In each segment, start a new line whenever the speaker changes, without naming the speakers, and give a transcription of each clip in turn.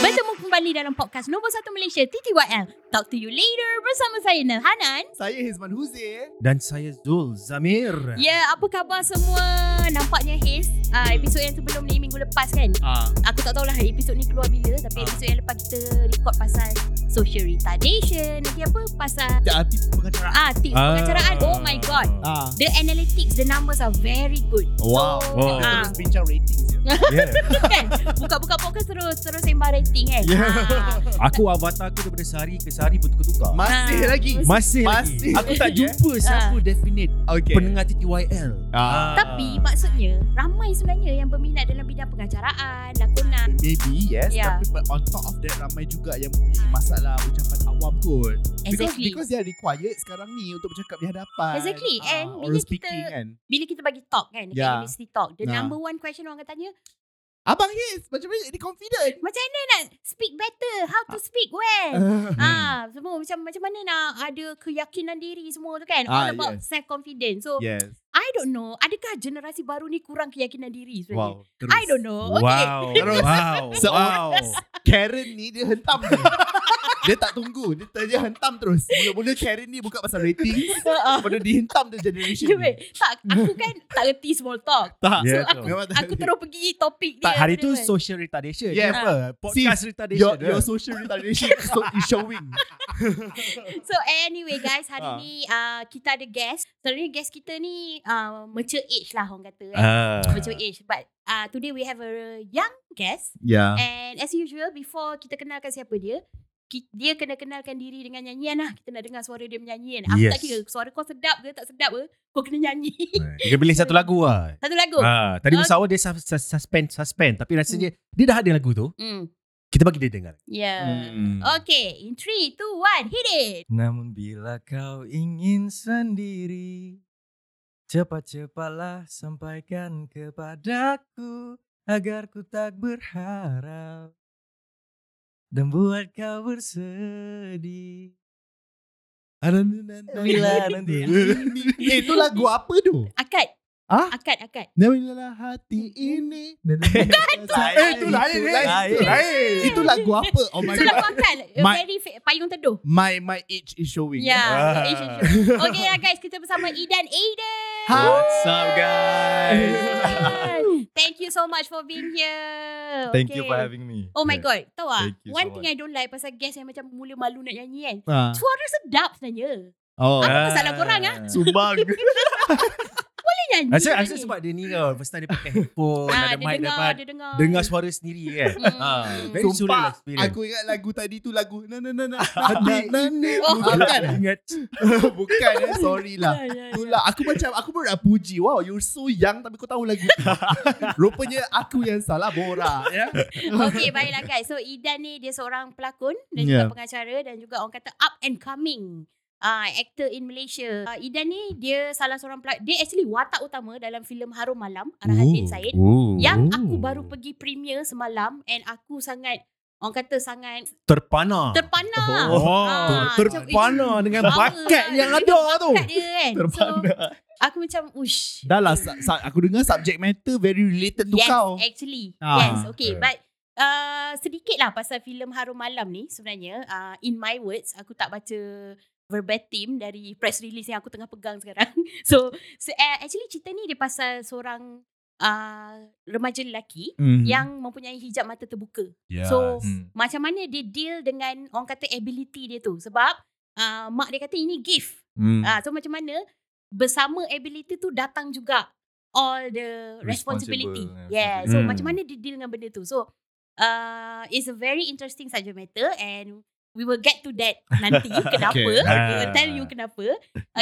Bertemu kembali dalam podcast nombor 1 Malaysia TTYL. Talk to you later bersama saya Nel Hanan.
Saya Hizman eh. Huzair.
Dan saya Zul Zamir.
Ya, yeah, apa khabar semua? Nampaknya Haze, uh, episod yang sebelum ni minggu lepas kan.
Ah,
Aku tak tahulah episod ni keluar bila tapi
Ah.
episod yang lepas kita record pasal social retardation, lagi apa pasal
tak arti pengacara.
ah tips
Ah.
pengacaraan. Oh my god.
Ah.
The analytics, the numbers are very good.
Wow.
So,
Wow.
Kita
ah,
terus bincang ya. rating je.
Yeah.
kan? Buka-buka podcast terus terus sembah rating kan.
Yeah.
Ah.
Aku avatar aku daripada sehari ke sehari bertukar-tukar.
Masih
Ah.
lagi.
Masih,
Masih
lagi. Aku tak
lagi,
jumpa siapa definite
Okay.
pendengar TTYL.
Ah.
Tapi maksudnya ramai sebenarnya yang berminat dalam bidang pengacaraan, lakonan.
Maybe yes
Yeah.
Tapi but on top of that Ramai juga yang mempunyai masalah Ucapan awam kot Because,
Exactly.
because they are required sekarang ni Untuk bercakap di hadapan
Exactly.
Ah,
And bila
Oral
kita-
speaking kan
Bila kita bagi talk kan dekat
Yeah.
university talk, the
Nah.
number one question orang akan tanya,
Abang Hiz Macam mana jadi confident
"Dia nak speak better, how to speak well." Ah, semua macam macam mana nak ada keyakinan diri semua tu kan. All
Ah,
about self confidence. So,
Yes
I don't know, adakah generasi baru ni kurang keyakinan diri sebenarnya?
Wow terus.
I don't know. Oh, Okay.
Wow.
Terus.
Wow.
So-
wow.
Karen ni dia hentam ni. Dia tak tunggu Dia, dia hentam terus Mula-mula Karen ni buka pasal rating Lepas tu dihentam tu generation
Dia Ah,
ni
wait, tak aku kan tak reti small talk.
Tak
Yeah,
so aku,
Memang tak
aku terus pergi topik dia. kan.
tak hari tu
betul-betul.
social retardation.
Yeah.
Kenapa? Podcast retardation.
Ah. Your, your social retardation is so- is showing
So anyway guys Hari
Ah.
ni uh, Kita ada guest Sebenarnya guest kita ni uh, Mature age lah Orang kata kan
Ah.
Mature age But uh, today we have a Young guest
Yeah
And as usual Before kita kenalkan siapa dia ki- dia kena kenalkan diri dengan nyanyian lah. Kita nak dengar suara dia menyanyi kan. Aku yes. tak
Yes.
kira suara kau sedap ke tak sedap ke. Kau kena nyanyi.
Dia pilih satu lagu lah.
Satu lagu.
Ah, tadi
Okay.
Musawa dia sus- sus- suspend suspend tapi rasanya dia dah ada lagu tu.
Hmm.
Kita bagi dia dengar.
Yeah.
Hmm.
Okay. In 3, 2, 1. Hit it.
Namun bila kau ingin sendiri Cepat-cepatlah sampaikan kepadaku Agar ku tak berharap Dan buat kau bersedih Bila nanti
Eh tu lagu apa tu
Akad.
Ah?
Akad, akad.
Namilalah hati ini Eh tu lain eh.
Lain.
Itu lain Itu lagu apa Oh my
Itu lagu
god
akad.
My-
Very fa- payung teduh.
My my age is showing eh?
Ya,
Ah.
Asian Show. Okay lah guys, kita bersama Idan Aiden.
What's
up guys
Thank you so much for being here.
Thank you
Okay.
for having me
Oh my god, tahu ah,
Thank you
one
so
thing I don't like pasal guest yang macam mula malu nak nyanyi kan.
Ah.
Suara sedap sebenarnya.
Oh
Apa masalah korang ah?
Sumbang
Dia nyanyi.
Rasa
sebenarnya.
rasa sebab dia ni kau first time dia pakai headphone,
ah,
ada mic
dia dengar,
depan.
dia dengar.
Dengar suara sendiri kan.
Hmm.
Ah, very surreal
Sumpah
experience.
Aku ingat lagu tadi tu lagu Na na na na Hati ini
Oh.
Bukan eh?
ingat.
Bukan eh Sorry lah
Ya, ya, ya.
Itulah aku macam aku pun nak puji. Wow, you're so young tapi kau tahu lagu tu. Rupanya aku yang salah borak ya.
Okay baiklah guys So Idan ni Dia seorang pelakon Dan yeah.
Yeah.
Ya.
juga pengacara Dan juga orang kata Up and coming uh, Actor in Malaysia uh, Idan ni Dia salah seorang pelakon Dia actually watak utama Dalam filem Harum Malam Arahan
Oh.
Din Said
Ooh.
Yang aku baru pergi premiere semalam And aku sangat Orang kata sangat
terpana.
Terpana
Oh,
Ah,
terpana
macam, eh,
dengan
power
bakat
kan.
yang
Dia
ada tu.
Kat dia kan
Terpana.
So Aku macam Ush
Dah lah sa- sa- aku dengar subject matter very related to
yes, eh.
kau.
actually.
Ah.
Yes, okay. But uh, sedikit lah pasal filem Harum Malam ni sebenarnya. Uh, in my words, aku tak baca verbatim dari press release yang aku tengah pegang sekarang. So, so uh, actually cerita ni dia pasal seorang uh, remaja lelaki
Mm.
yang mempunyai hijab mata terbuka.
Yes.
So,
Hmm.
Macam mana dia deal dengan orang kata ability dia tu. Sebab uh, mak dia kata ini gift.
Hmm.
Ah, so macam mana bersama ability tu datang juga all the responsibility.
Responsible,
Yeah.
yeah,
So
responsibility.
macam mana dia deal dengan benda tu. So uh, it's a very interesting subject matter and we will get to that nanti kenapa. okay.
Okay.
okay. I'll
Ah.
tell you kenapa.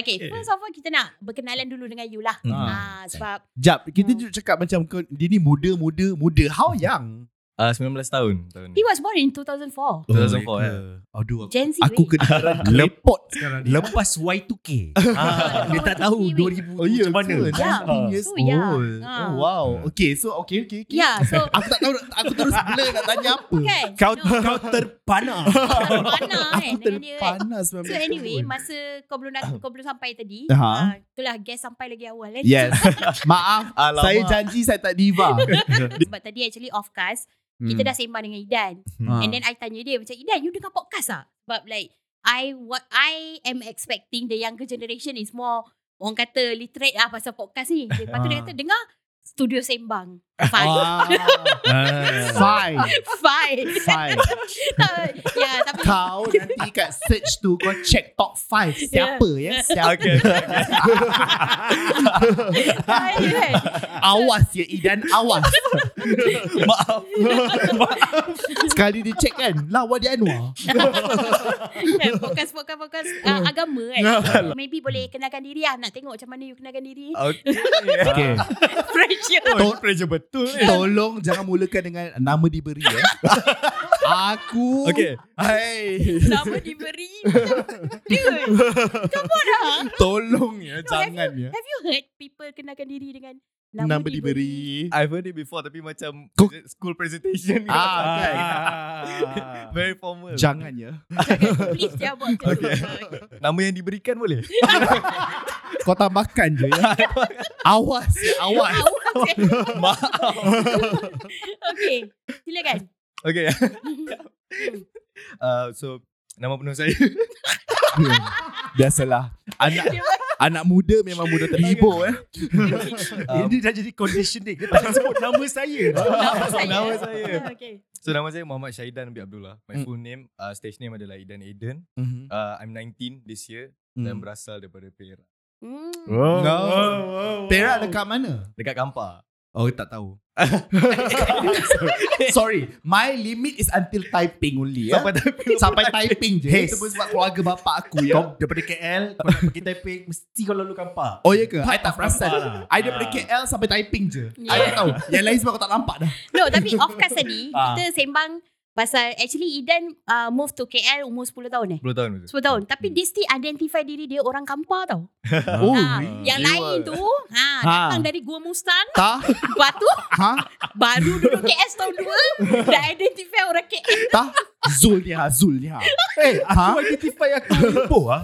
Okay, first of all kita nak berkenalan dulu dengan you lah.
Ha.
Hmm.
Ah sebab
Jap, kita juga cakap macam kau dia ni muda muda muda. How young?
Ah, 19 tahun tahun ni.
He was born in 2004.
2004,
Oh, ya
ya.
ke? Aduh, aku-
Gen Z.
Aku
weh.
kena report sekarang ni.
lepas Y2K. ah, dia tak tahu 2000
Oh ya,
macam mana.
Ya.
Yeah. years
So,
old.
ya.
Oh, wow. Okay, so okay, okay, okay.
Yeah, Ya, so
Aku tak tahu, aku terus blur nak tanya apa.
kan.
Kau
No,
kau terpana.
terpana kan
Aku
dengan dia kan.
terpanas
So anyway, masa kau belum datang, kau belum sampai tadi, uh,
Aha.
itulah guest sampai lagi awal kan.
Yes. Maaf,
Alamak.
saya janji saya tak diva.
Sebab tadi actually off cast, kita dah sembang dengan Idan.
Hmm. Ah.
And then I tanya dia macam Idan you dengar podcast ah? Sebab like I what I am expecting the younger generation is more orang kata literate lah pasal podcast ni. Dia- Lepas tu dia
Ah.
kata dengar studio sembang. Fine.
Ah, Fine.
Fine.
Fine.
Tak- ya tapi
Kau nanti kat search tu kau check top 5 siapa ya? Siapa?
Okay, okay,
fine kan.
Awas ya Idan, awas.
Maaf.
Sekali dia check kan, lawa dia Anwar.
Kan, Podcast podcast podcast
Hmm.
ah, agama kan. Maybe boleh kenalkan diri lah. Nak tengok macam mana you kenalkan diri.
Ah.
Okay.
Okay.
Ah,
Pressure.
Tol-
Pressure betul.
tolong jangan mulakan dengan nama diberi ya. Aku
Okay. Hai.
Nama diberi. Dude.
tolong ya, jangan ya.
Have you heard people kenalkan diri dengan
Nama diberi.
I've heard it before tapi macam
Kau-
school presentation ni.
Ah, kan.
Very formal.
Jangan ya.
Kan, Please jangan buat macam tu.
Nama yang diberikan boleh?
Kau tambahkan je ya. awas ya, awas.
Maaf. okay. Silakan.
Okay. Uh, so nama penuh saya.
Biasalah. Anak anak muda memang mudah terhibur eh.
Ah,
Ini dah jadi conditioning. Dia tak sebut nama saya.
Nama saya.
Nama saya.
Ah, Okay.
So nama saya Muhammad Syahidan bin Abdullah.
Hmm.
My full name, uh, stage name adalah Idan Aiden.
Mhm.
Uh, I'm 19 this year
Mm.
dan berasal daripada Perak.
Hmm.
Oh,
No.
oh, oh.
Perak dekat mana?
Dekat Kampar.
Oh, tak tahu. Sorry, my limit is until typing only ya.
Sampai tapi
Sampai typing je.
Hey.
Itu pun sebab keluarga bapak aku
Kau
ya.
daripada KL, kau nak pergi Taipei, mesti kau lalu Kampar.
Oh ya ke? I
Part of
tak perasan.
nampak lah.
I daripada
Ah.
KL sampai typing je. I
Yeah.
tak tahu. Yang lain sebab aku tak nampak dah.
No, tapi of course tadi
Ah.
kita sembang pasal actually Idan uh, move to KL umur 10 tahun eh.
10 tahun betul.
10 tahun. Tapi dia still identify diri dia orang kampar tau.
Oh.
Ah, yang
jiwa.
lain tu ha, datang dari Gua Mustang.
Ta?
Lepas tu
Ha?
baru duduk KS tahun 2 dah identify orang KL.
Ta? ha, Zulniha, Zulniha. Eh, ha?
identify aku Lipo ah.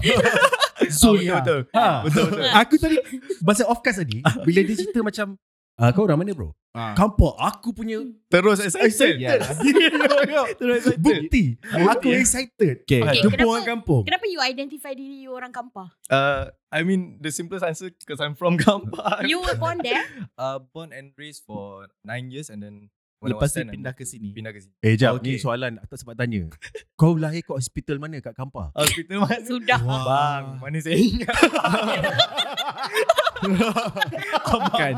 Zulniha.
Betul.
Ha. Ah.
Betul betul.
Aku tadi Bahasa off cast tadi Bila dia cerita macam ah, Kau orang mana bro?
Ah.
Kampar Aku punya
Terus excited.
Ya.
Excited.
Terus excited.
Bukti Aku excited
Okay.
Okay,
Jumpa
kenapa-
orang kampung
Kenapa you identify diri you orang kampar?
Uh, I mean the simplest answer because I'm from Kampar.
You were born there?
uh, born and raised for 9 years and then when I was
Lepas tu
10, I
pindah
moved-
ke sini.
pindah ke sini.
Eh jap
Okay.
Ni soalan Aku tak sempat tanya Kau lahir kat hospital mana Kat Kampar?
Hospital mas.
Sudah.
Oh,
Ah.
Bang, mana saya ingat.
Kan?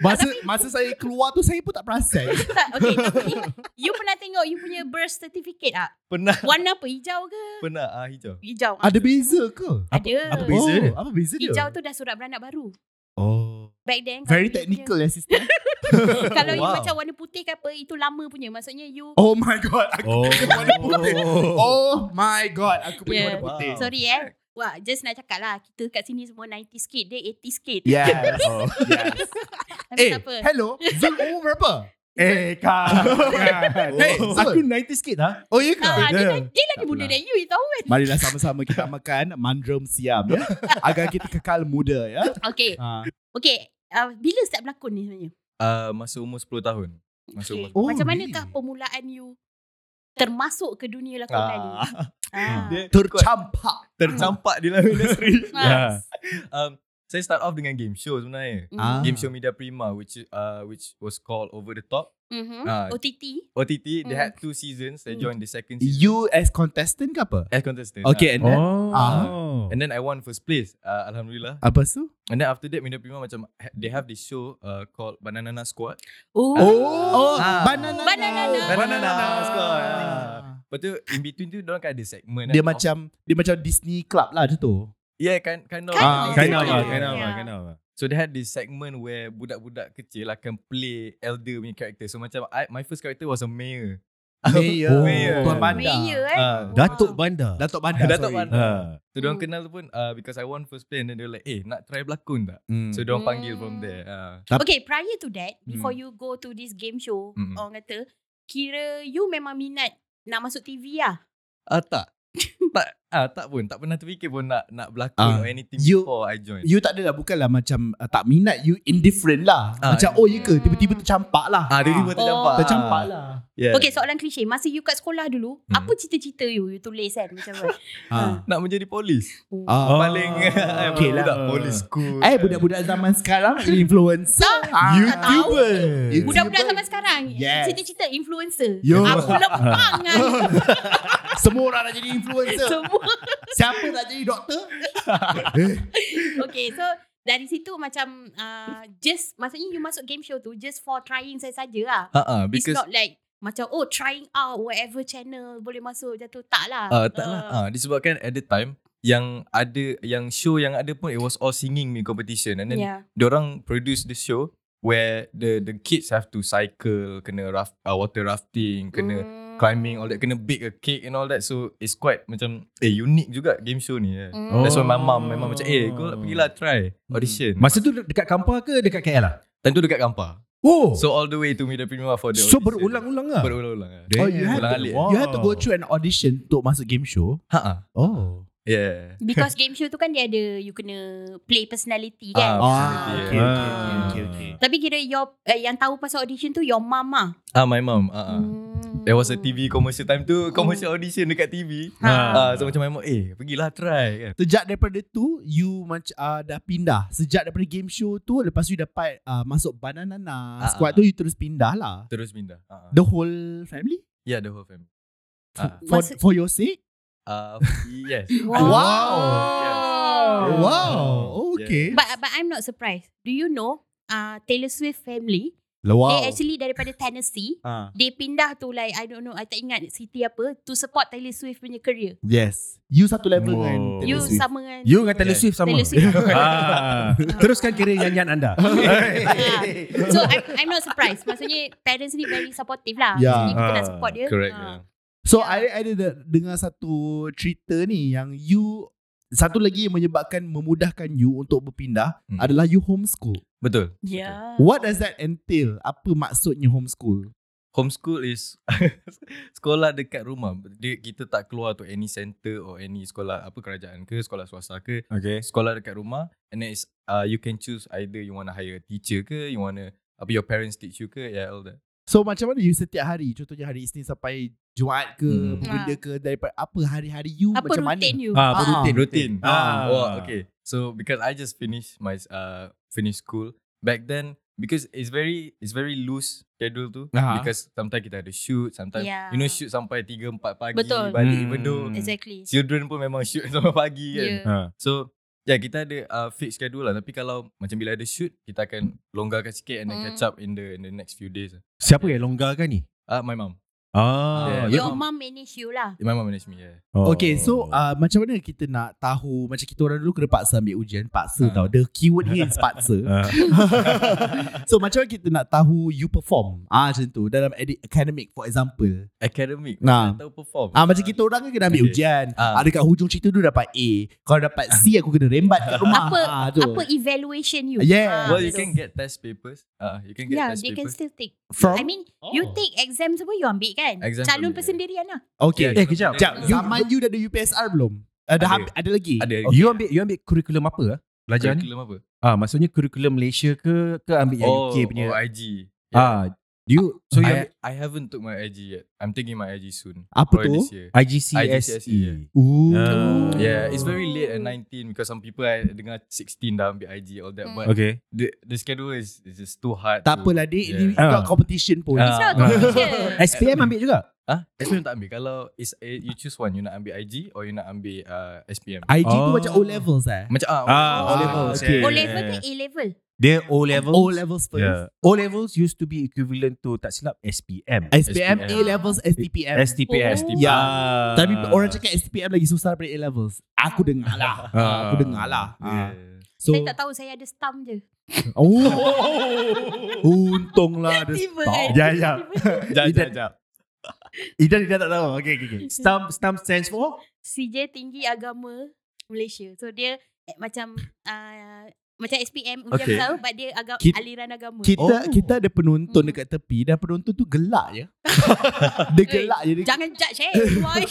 Masa masa saya keluar tu saya pun tak perasan.
Tak, okay, tapi you pernah tengok you punya birth certificate tak?
Pernah
Warna apa? Hijau ke?
pernah ah hijau.
Hijau.
Ada beza ke? Oh,
Ada.
apa beza dia?
Apa beza dia?
Hijau tu dah surat beranak baru.
Oh.
Back then. kalau
Very
you
technical ya sister.
Punya, kalau you
Wow.
macam warna putih ke apa, itu lama punya. Maksudnya you...
Oh my god. Aku
Oh,
Oh my god. Aku punya
Yeah.
warna putih.
Wow.
Sorry eh. Wah, just nak cakap lah. Kita kat sini semua 90s kid. Dia 80s kid.
Yes. yes.
Tapi
Ya, Oh, Eh,
tak apa.
hello. Zul umur berapa?
Eh kan
Hey,
Aku 90s kid ha
Oh ya ke?
Ah, dia,
Yeah.
lagi- dia lagi muda than you, you tahu kan?
Marilah sama-sama kita makan mandrum siam ya. Agar kita kekal muda ya.
Okay.
Ha.
Okay. Uh, bila start berlakon ni sebenarnya?
Uh, masa umur 10 tahun. Masa
Okay.
umur
Oh,
Macam
really?
manakah permulaan you termasuk ke dunia lakonan ni?
Ah.
Ah.
Dia tercampak,
Tercampak.
tercampak di dalam industri.
Ah.
um, saya start off dengan game show sebenarnya.
Mm.
Ah.
Game show Media Prima which uh, which was called Over the Top
Mhm.
Ah.
OTT.
OTT. They
Mm.
had two seasons. I
Mm.
joined the second season
You as contestant ke apa?
as contestant.
Okay, and then
Oh
Ah. and then I won first place. Uh, Alhamdulillah.
apa tu?
And then after that Media Prima macam ha- they have this show uh, called Banana Squad.
Oh.
Oh,
Ah.
banana.
Banana.
Banana.
Ah.
Lepas tu in between tu diorang kan ada segmen
Dia
kan,
macam dia macam Disney Club lah macam tu.
Yeah, kind kind of.
Kind of.
Ah,
Kind of
Yeah.
lah Kind of lah Kind of lah
So they had this segment where budak-budak kecil akan play elder punya character. So macam I, my first character was a mayor.
Mayor.
Mayor.
Oh, Tuan Bandar.
Mayor eh.
Ah,
Wow.
Datuk Bandar.
Datuk Bandar. Ah,
Datuk
sorry.
Bandar.
Ha.
So diorang
Hmm.
kenal pun uh, because I won first play and then they were like, eh nak try berlakon tak?
Hmm.
So diorang panggil from
Hmm.
there. Uh,
Okay, prior to that, before
Hmm.
you go to this game show,
Hmm.
orang kata, kira you memang minat nak masuk TV lah.
ah tak. tak ah tak pun tak pernah terfikir pun nak
Ah.
nak berlakon or anything
You-
before I join.
You tak adalah bukanlah macam uh, tak minat you indifferent lah.
Ah,
macam oh ya ke tiba-tiba tercampak lah.
Ah, dia tiba
Oh.
tercampak.
tercampak
Ah.
lah.
Yeah.
Okay, soalan klise. Masa you kat sekolah dulu,
Hmm.
apa cita-cita you? You tulis kan? Macam mana?
Ah.
Nak menjadi polis.
Ah.
Oh. Paling
okay
budak
lah.
polis school.
Eh budak-budak zaman sekarang influencer, ah,
YouTuber.
Budak-budak zaman sekarang,
Yes.
cita-cita influencer.
Yo.
Aku lempang kan.
semua orang nak jadi influencer.
Semua.
Siapa nak jadi doktor?
Okay, so dari situ macam uh, just, maksudnya you masuk game show tu just for trying saja-saja lah.
Ha ah
Because
because
It's not like macam oh trying out whatever channel boleh masuk macam tu. Tak lah.
Ah, tak lah. Ah, disebabkan at the time yang ada yang show yang ada pun it was all singing me competition and then yeah.
yeah.
orang produce the show where the the kids have to cycle kena raft, uh, water rafting kena
Mm.
climbing all that kena bake a cake and all that so it's quite macam eh unique juga game show ni eh.
Mm.
That's why my mum memang macam eh go lah, pergilah try audition.
Masa tu dekat Kampar ke dekat KL lah?
Time tu dekat Kampar.
Oh. So,
So all the way to Media Prima for the
so
audition.
berulang-ulang lah.
Berulang-ulang. ah.
Oh, you have
Ulang
to,
alik.
you have to go through an audition untuk masuk game show.
Ha ah.
Oh.
Yeah.
Because game show tu kan dia ada you kena play personality kan. Ah.
Ah, personality,
okay, okay, okay, okay, okay.
Tapi kira your uh, yang tahu pasal audition tu your mama.
Ah my mum. Ha ah.
Hmm.
There was a TV commercial time tu commercial audition dekat TV.
Ha.
Ah, so macam my mom, eh pergilah try kan.
Sejak daripada tu You mac- uh, dah pindah Sejak daripada game show tu Lepas tu you dapat uh, Masuk Banana uh,
Ah,
Squad
ah.
tu You terus pindah lah
Terus pindah. Ha.
The whole family
Yeah, the whole family. Ah.
For,
Maksud-
for your sake
Uh, yes.
Wow.
Wow.
Yes.
Wow
Yeah.
Okay
Oh. But but I'm not surprised. Do you know uh, Taylor Swift family
Wow
they eh, actually daripada Tennessee
uh,
they pindah to like I don't know I tak ingat city apa to support Taylor Swift punya career.
Yes You satu level
Wow.
dengan Taylor
you
Swift.
sama dengan
You dengan Taylor Swift sama.
Taylor Swift.
Ah. Teruskan kira nyanyian anda.
Ah. so I'm, I'm not surprised. Maksudnya parents ni very supportive lah.
Yeah.
Maksudnya kita nak
Ah,
support dia.
Correct.
Ah.
Yeah.
So
Ya.
I, I ada de- dengar satu cerita ni Yang you Satu lagi yang menyebabkan Memudahkan you untuk berpindah
Hmm. Oh.
Adalah you homeschool
Betul.
Yeah.
What uh, does that entail? Apa maksudnya homeschool?
Homeschool is sekolah dekat rumah. Dia, kita tak keluar to any center or any sekolah apa kerajaan ke, sekolah swasta ke.
Okay.
Sekolah dekat rumah and then it's uh, you can choose either you want to hire a teacher ke, you want to apa your parents teach you ke, yeah all that.
So macam mana you setiap hari? Contohnya hari Isnin sampai Jumaat ke
Hmm.
hmm. benda ke daripada apa hari-hari you
Ha. Apa
macam
rutin
mana?
you?
Ah,
Ah,
berutin.
routine.
Ah.
Ah, wow, okay. So because I just finished my uh finished school back then because it's very it's very loose schedule tu
Ah.
because sometimes kita ada shoot sometimes
Yeah.
you know shoot sampai 3 4 pagi
Ya. Betul.
balik
Hmm.
even though
Exactly.
children pun memang shoot sampai pagi kan.
Yeah.
Ah.
So yeah kita ada uh, fixed schedule lah tapi kalau macam bila ada shoot kita akan longgarkan sikit and then
Hmm.
catch up in the in the next few days.
Siapa yang longgarkan ni?
Ah uh, my mom.
Ah.
Yeah.
Your mom manage you lah.
My mom manage me. Yeah.
Oh.
Okay
Oh.
so
ah,
uh, macam mana kita nak tahu macam kita orang dulu kena paksa ambil ujian paksa
Ah.
tau the keyword here is
Ha.
paksa
Ah.
so macam mana kita nak tahu you perform ah macam tu dalam edi- academic for example
Academic.
Nah.
Tahu perform.
ah macam kita orang kan kena ambil
Okay.
ujian
Ah.
ah. dekat hujung cerita tu dapat A kalau dapat C aku kena rembat kat rumah
Apa
ah, tu.
apa evaluation you? Ah,
Yeah.
Well, you
betul.
can get test papers. Ah, uh, you can get
Yeah,
test
they can
papers.
still take.
from
I mean, you take exam semua you ambil kan?
Exam
Calon
ambil,
persendirian lah.
okay
Eh, kejap.
Sekejap,
Ah.
you, zaman you dah ada UPSR belum? Ada, ada.
Ada.
Habis, ada lagi?
Ada.
Okay.
You ambil you ambil kurikulum apa ah? Belajar ni?
Curriculum apa?
Ah, maksudnya kurikulum Malaysia ke ke ambil yang UK punya?
Oh, IG.
Ah, do you so you
I,
ambil
I haven't took my IG yet. I'm taking my IG soon.
Apa
Probably
tu?
Oh, This year.
E.
IGCSE, yeah.
IGCSE.
Ooh.
Ah.
Yeah, it's very late at 19 because some people I dengar 16 dah ambil IG all that.
Hmm.
But
Okay.
the the schedule is is just too hard.
Tak
to-
apalah dik, yeah. ni
Yeah.
got competition pun.
Ah.
It's not
Ah.
competition.
SPM ambil juga?
Ah, SPM tak ambil. Kalau is eh, you choose one, you nak ambil IG or you nak ambil uh, SPM.
IG tu
Oh.
macam O levels eh.
Macam ah,
Ah,
O
levels,
yeah.
O level ke A level?
Dia O levels.
O levels first.
Yeah. O levels used to be equivalent to tak silap SPM.
SPM, A
SPM.
levels, STPM.
STPM.
Oh.
Ya.
Ah.
Tapi orang cakap STPM lagi susah daripada A levels. Aku dengar lah.
Ah.
Aku dengar lah. Ah.
Yeah.
So,
So
saya tak tahu saya ada stamp je.
Oh. Untunglah ada
Tiba
stamp.
kan?
Ya, ya.
Jap, jap, jap.
Ida Ida tak tahu. Okay, okay, okay. Stamp, stamp stands for?
CJ Tinggi Agama Malaysia. So dia eh, macam uh, macam SPM ujian
Okay.
okay. tahu but dia agak
Kit-
aliran agama.
Kita
Oh.
oh. kita ada penonton
Hmm.
dekat tepi dan penonton tu gelak je. dia gelak je. Dia-
Jangan judge eh. Boy.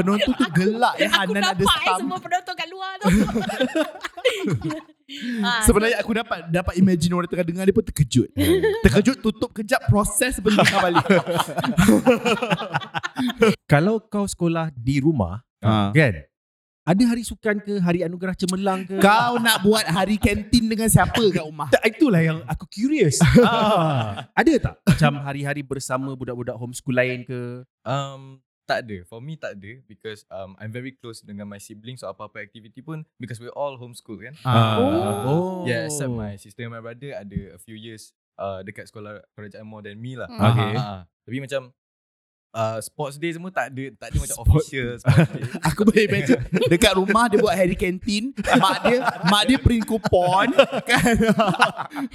Penonton tu gelak je
aku
Hanan ada
nampak eh
stamp.
semua penonton kat luar tu. Ah,
Sebenarnya aku dapat dapat imagine orang tengah dengar dia pun terkejut.
Hmm.
terkejut tutup kejap proses sebelum dengar balik.
Kalau kau sekolah di rumah,
ha.
kan? Ada hari sukan ke, hari anugerah cemerlang ke?
Kau nak buat hari kantin dengan siapa kat rumah?
Tak, itulah yang aku curious. ah. Ada tak macam hari-hari bersama budak-budak homeschool lain ke?
Um, tak ada. For me tak ada because um, I'm very close dengan my siblings so apa-apa activity pun because we're all homeschool
Ah.
kan.
Oh.
Yeah, except my sister and my brother ada a few years uh, dekat sekolah kerajaan more than me lah.
Hmm.
Okay.
Uh, tapi macam uh, sports day semua tak ada tak ada macam
Sport-
official sports day.
Aku boleh imagine Dekat rumah dia buat hari kantin Mak dia Mak dia print kupon kan?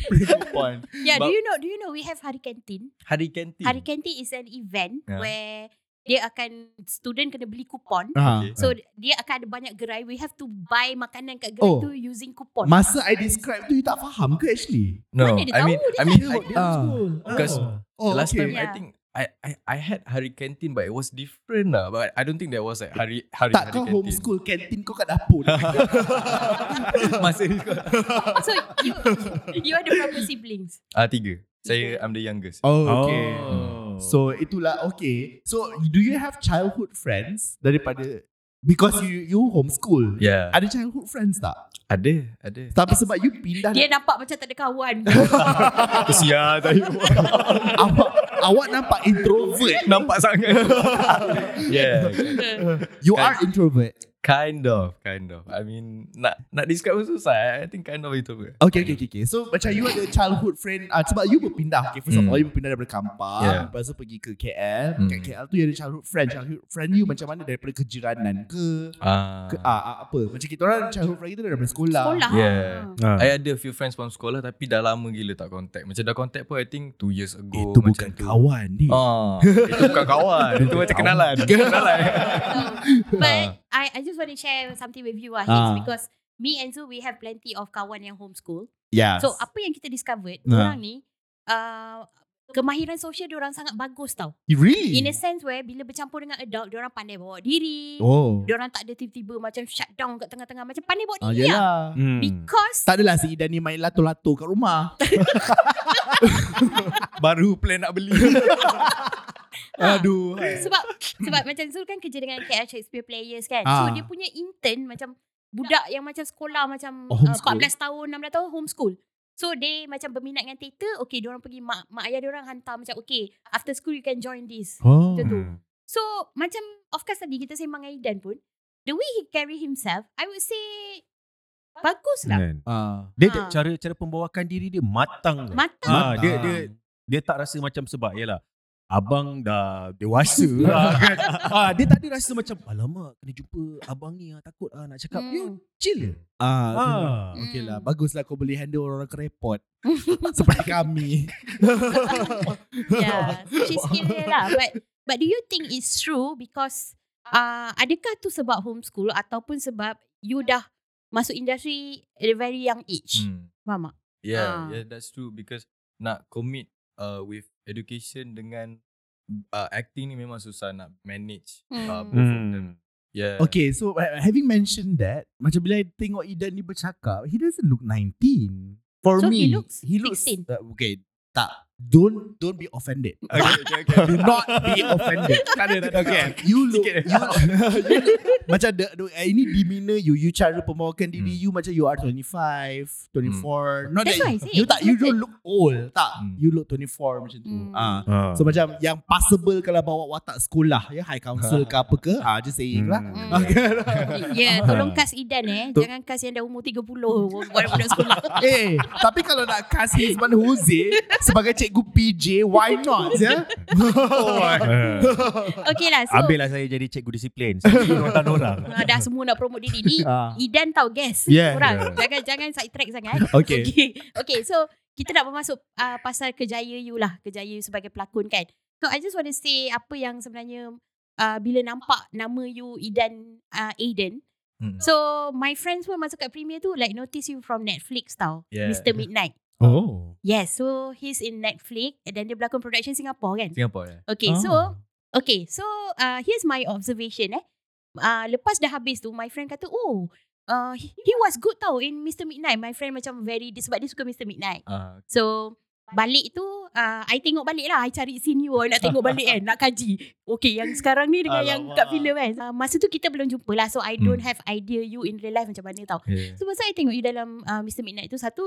Print kupon
yeah, do you know do you know we have hari kantin?
Hari kantin.
Hari kantin is an event
Ya.
where dia akan student kena beli kupon.
okay.
So dia akan ada banyak gerai. We have to buy makanan kat gerai
Oh.
tu using kupon.
Masa I describe tu You tak faham ke actually
No,
Mana dia
I mean
tahu? Dia
I mean I,
Ah.
Because-
Oh
last time I
Yeah.
think I, I I had hari kantin but it was different lah. But I don't think there was like hari hari
Tak
hari
kau homeschool Kantin kau kat dapur
Masa ni kau.
so you you ada berapa siblings?
Ah tiga. Saya I'm the youngest.
Oh
Oh.
So itulah Okay So do you have childhood friends Daripada Because you you homeschool
Yeah.
Ada childhood friends tak
Ada, ada.
Tapi sebab you pindah
Dia nampak macam tak ada kawan.
Kesian saya.
awak, awak nampak introvert
Nampak sangat. yeah.
You
Kan?
are introvert
Kind of, kind of. I mean, nak nak describe pun susah. I think kind of itu pun.
Okay, okay, okay, okay. So macam you ada childhood friend uh, Sebab you berpindah Okay, first of all
Hmm.
You berpindah daripada Kampar
Yeah.
yeah. Lepas tu pergi ke KL
Hmm.
Kat KL tu you ada childhood friend Childhood friend you macam mana Daripada kejiranan ke,
Ah.
ke ah, ah, Apa Macam kita orang childhood friend kita daripada sekolah
Sekolah.
Yeah.
Ah.
I ada a few friends from sekolah tapi dah lama gila tak contact. Macam dah contact pun I think 2 years ago.
Itu
Oh, macam
bukan
tu.
kawan ni
Ah, itu bukan kawan. itu macam kenalan. kenalan.
But I I just want to share something with you ah,
Ah.
Hicks, because me and Zu we have plenty of kawan yang homeschool.
Yes
So apa yang kita discovered,
Ah.
orang ni uh, kemahiran sosial orang sangat bagus tau.
Really
In a sense where bila bercampur dengan adult, orang pandai bawa diri.
Hmm. Oh
Diorang tak ada tiba-tiba macam shutdown kat tengah-tengah. Macam pandai bawa
Ah,
diri lah.
yelah
Hmm.
Because
Tak adalah si Ida ni main lato-lato kat rumah
Baru plan nak beli.
Ah.
Aduh
sebab sebab macam Zul kan kerja dengan KL Shakespeare Players kan.
Ah.
So dia punya intern macam budak yang macam sekolah macam
Oh,
oh,
homeschool.
14 tahun, 16 tahun homeschool. So they macam berminat dengan teater, okay diorang pergi mak mak ayah diorang hantar macam okay, after school you can join this.
Oh
Macam tu.
Hmm.
So macam of course tadi kita sembang dengan Aidan pun, the way he carry himself, I would say bagus lah.
Kan.
Ah.
Dia ha.
Ah.
cara cara pembawakan diri dia matang. lah.
Matang.
Ah, dia dia dia tak rasa macam sebab yalah abang dah dewasa lah kan. Ah, dia tak ada rasa macam alamak kena jumpa abang ni ah, takut ah, nak cakap.
Hmm.
Hmm. You chill. je."
Ah,
Ah.
ah. Okay lah
Hmm.
Baguslah kau boleh handle orang-orang kerepot Seperti kami
Mm, yeah, she's kira lah. But but do you think it's true because uh, adakah tu sebab homeschool ataupun sebab you dah masuk industri at a very young age?
Hmm.
Faham tak?
Yeah,
Ah.
yeah, that's true because nak commit uh, with education dengan uh, acting ni memang susah nak manage
Hmm.
uh, both of them. Yeah.
Okay, so uh, having mentioned that, macam bila I tengok Idan ni bercakap, he doesn't look 19. For
So
me,
he looks 16.
Uh, okay, tak. Don't don't be offended.
Okay, okay, okay.
Do not be offended.
tak ada, tak ada.
Okay, you look,
Sikit.
you, you look macam the, the, uh, ini demeanor you, you cara pembawakan diri
Hmm.
you macam you are
Hmm.
25, 24. Not
That's why
that
I
you,
say
you tak, you
it's
don't look old, tak.
Hmm.
You look 24 macam tu.
eh? Oh. Hmm.
Ah.
Ah.
So macam yang possible kalau bawa watak sekolah ya high council ke apa ke ah just saying lah.
Hmm.
Okay.
Yeah, tolong kas Idan eh.
Tu-
Jangan kas yang dah umur 30 buat budak sekolah.
Eh, tapi kalau nak cast Hizman Huzi sebagai Cik Cikgu PJ, why not? ya?
Okay lah. So,
Ambillah Eh, saya jadi cikgu disiplin. Saya orang orang.
ah, dah semua nak promote diri ni. Ah. Idan tahu guess
Yeah.
orang. Jangan jangan side track sangat.
Okay.
Okay. Okay, so kita nak masuk uh, pasal kejaya you lah. Kejaya you sebagai pelakon kan. So I just want to say apa yang sebenarnya uh, bila nampak nama you Idan uh, Aiden.
Hmm.
So my friends pun masuk kat premiere tu like notice you from Netflix tau.
Yeah.
Mr. Midnight.
Oh.
Yes, so he's in Netflix and then dia berlakon production Singapore kan.
Singapore eh?
Okay, oh. so okay, so uh, here's my observation eh. Uh, lepas dah habis tu, my friend kata, oh, uh, he, he was good tau in Mr. Midnight. My friend macam very, dia, sebab dia suka Mr. Midnight.
Ah,
So, balik tu, uh, I tengok balik lah. I cari scene you, I nak tengok balik kan, nak kaji. Okay, yang sekarang ni dengan yang
Alamak.
kat filem kan. Uh, masa tu kita belum jumpa lah, so I don't
Hmm.
have idea you in real life macam mana tau.
yeah.
So masa I tengok you dalam uh, Mr. Midnight tu Satu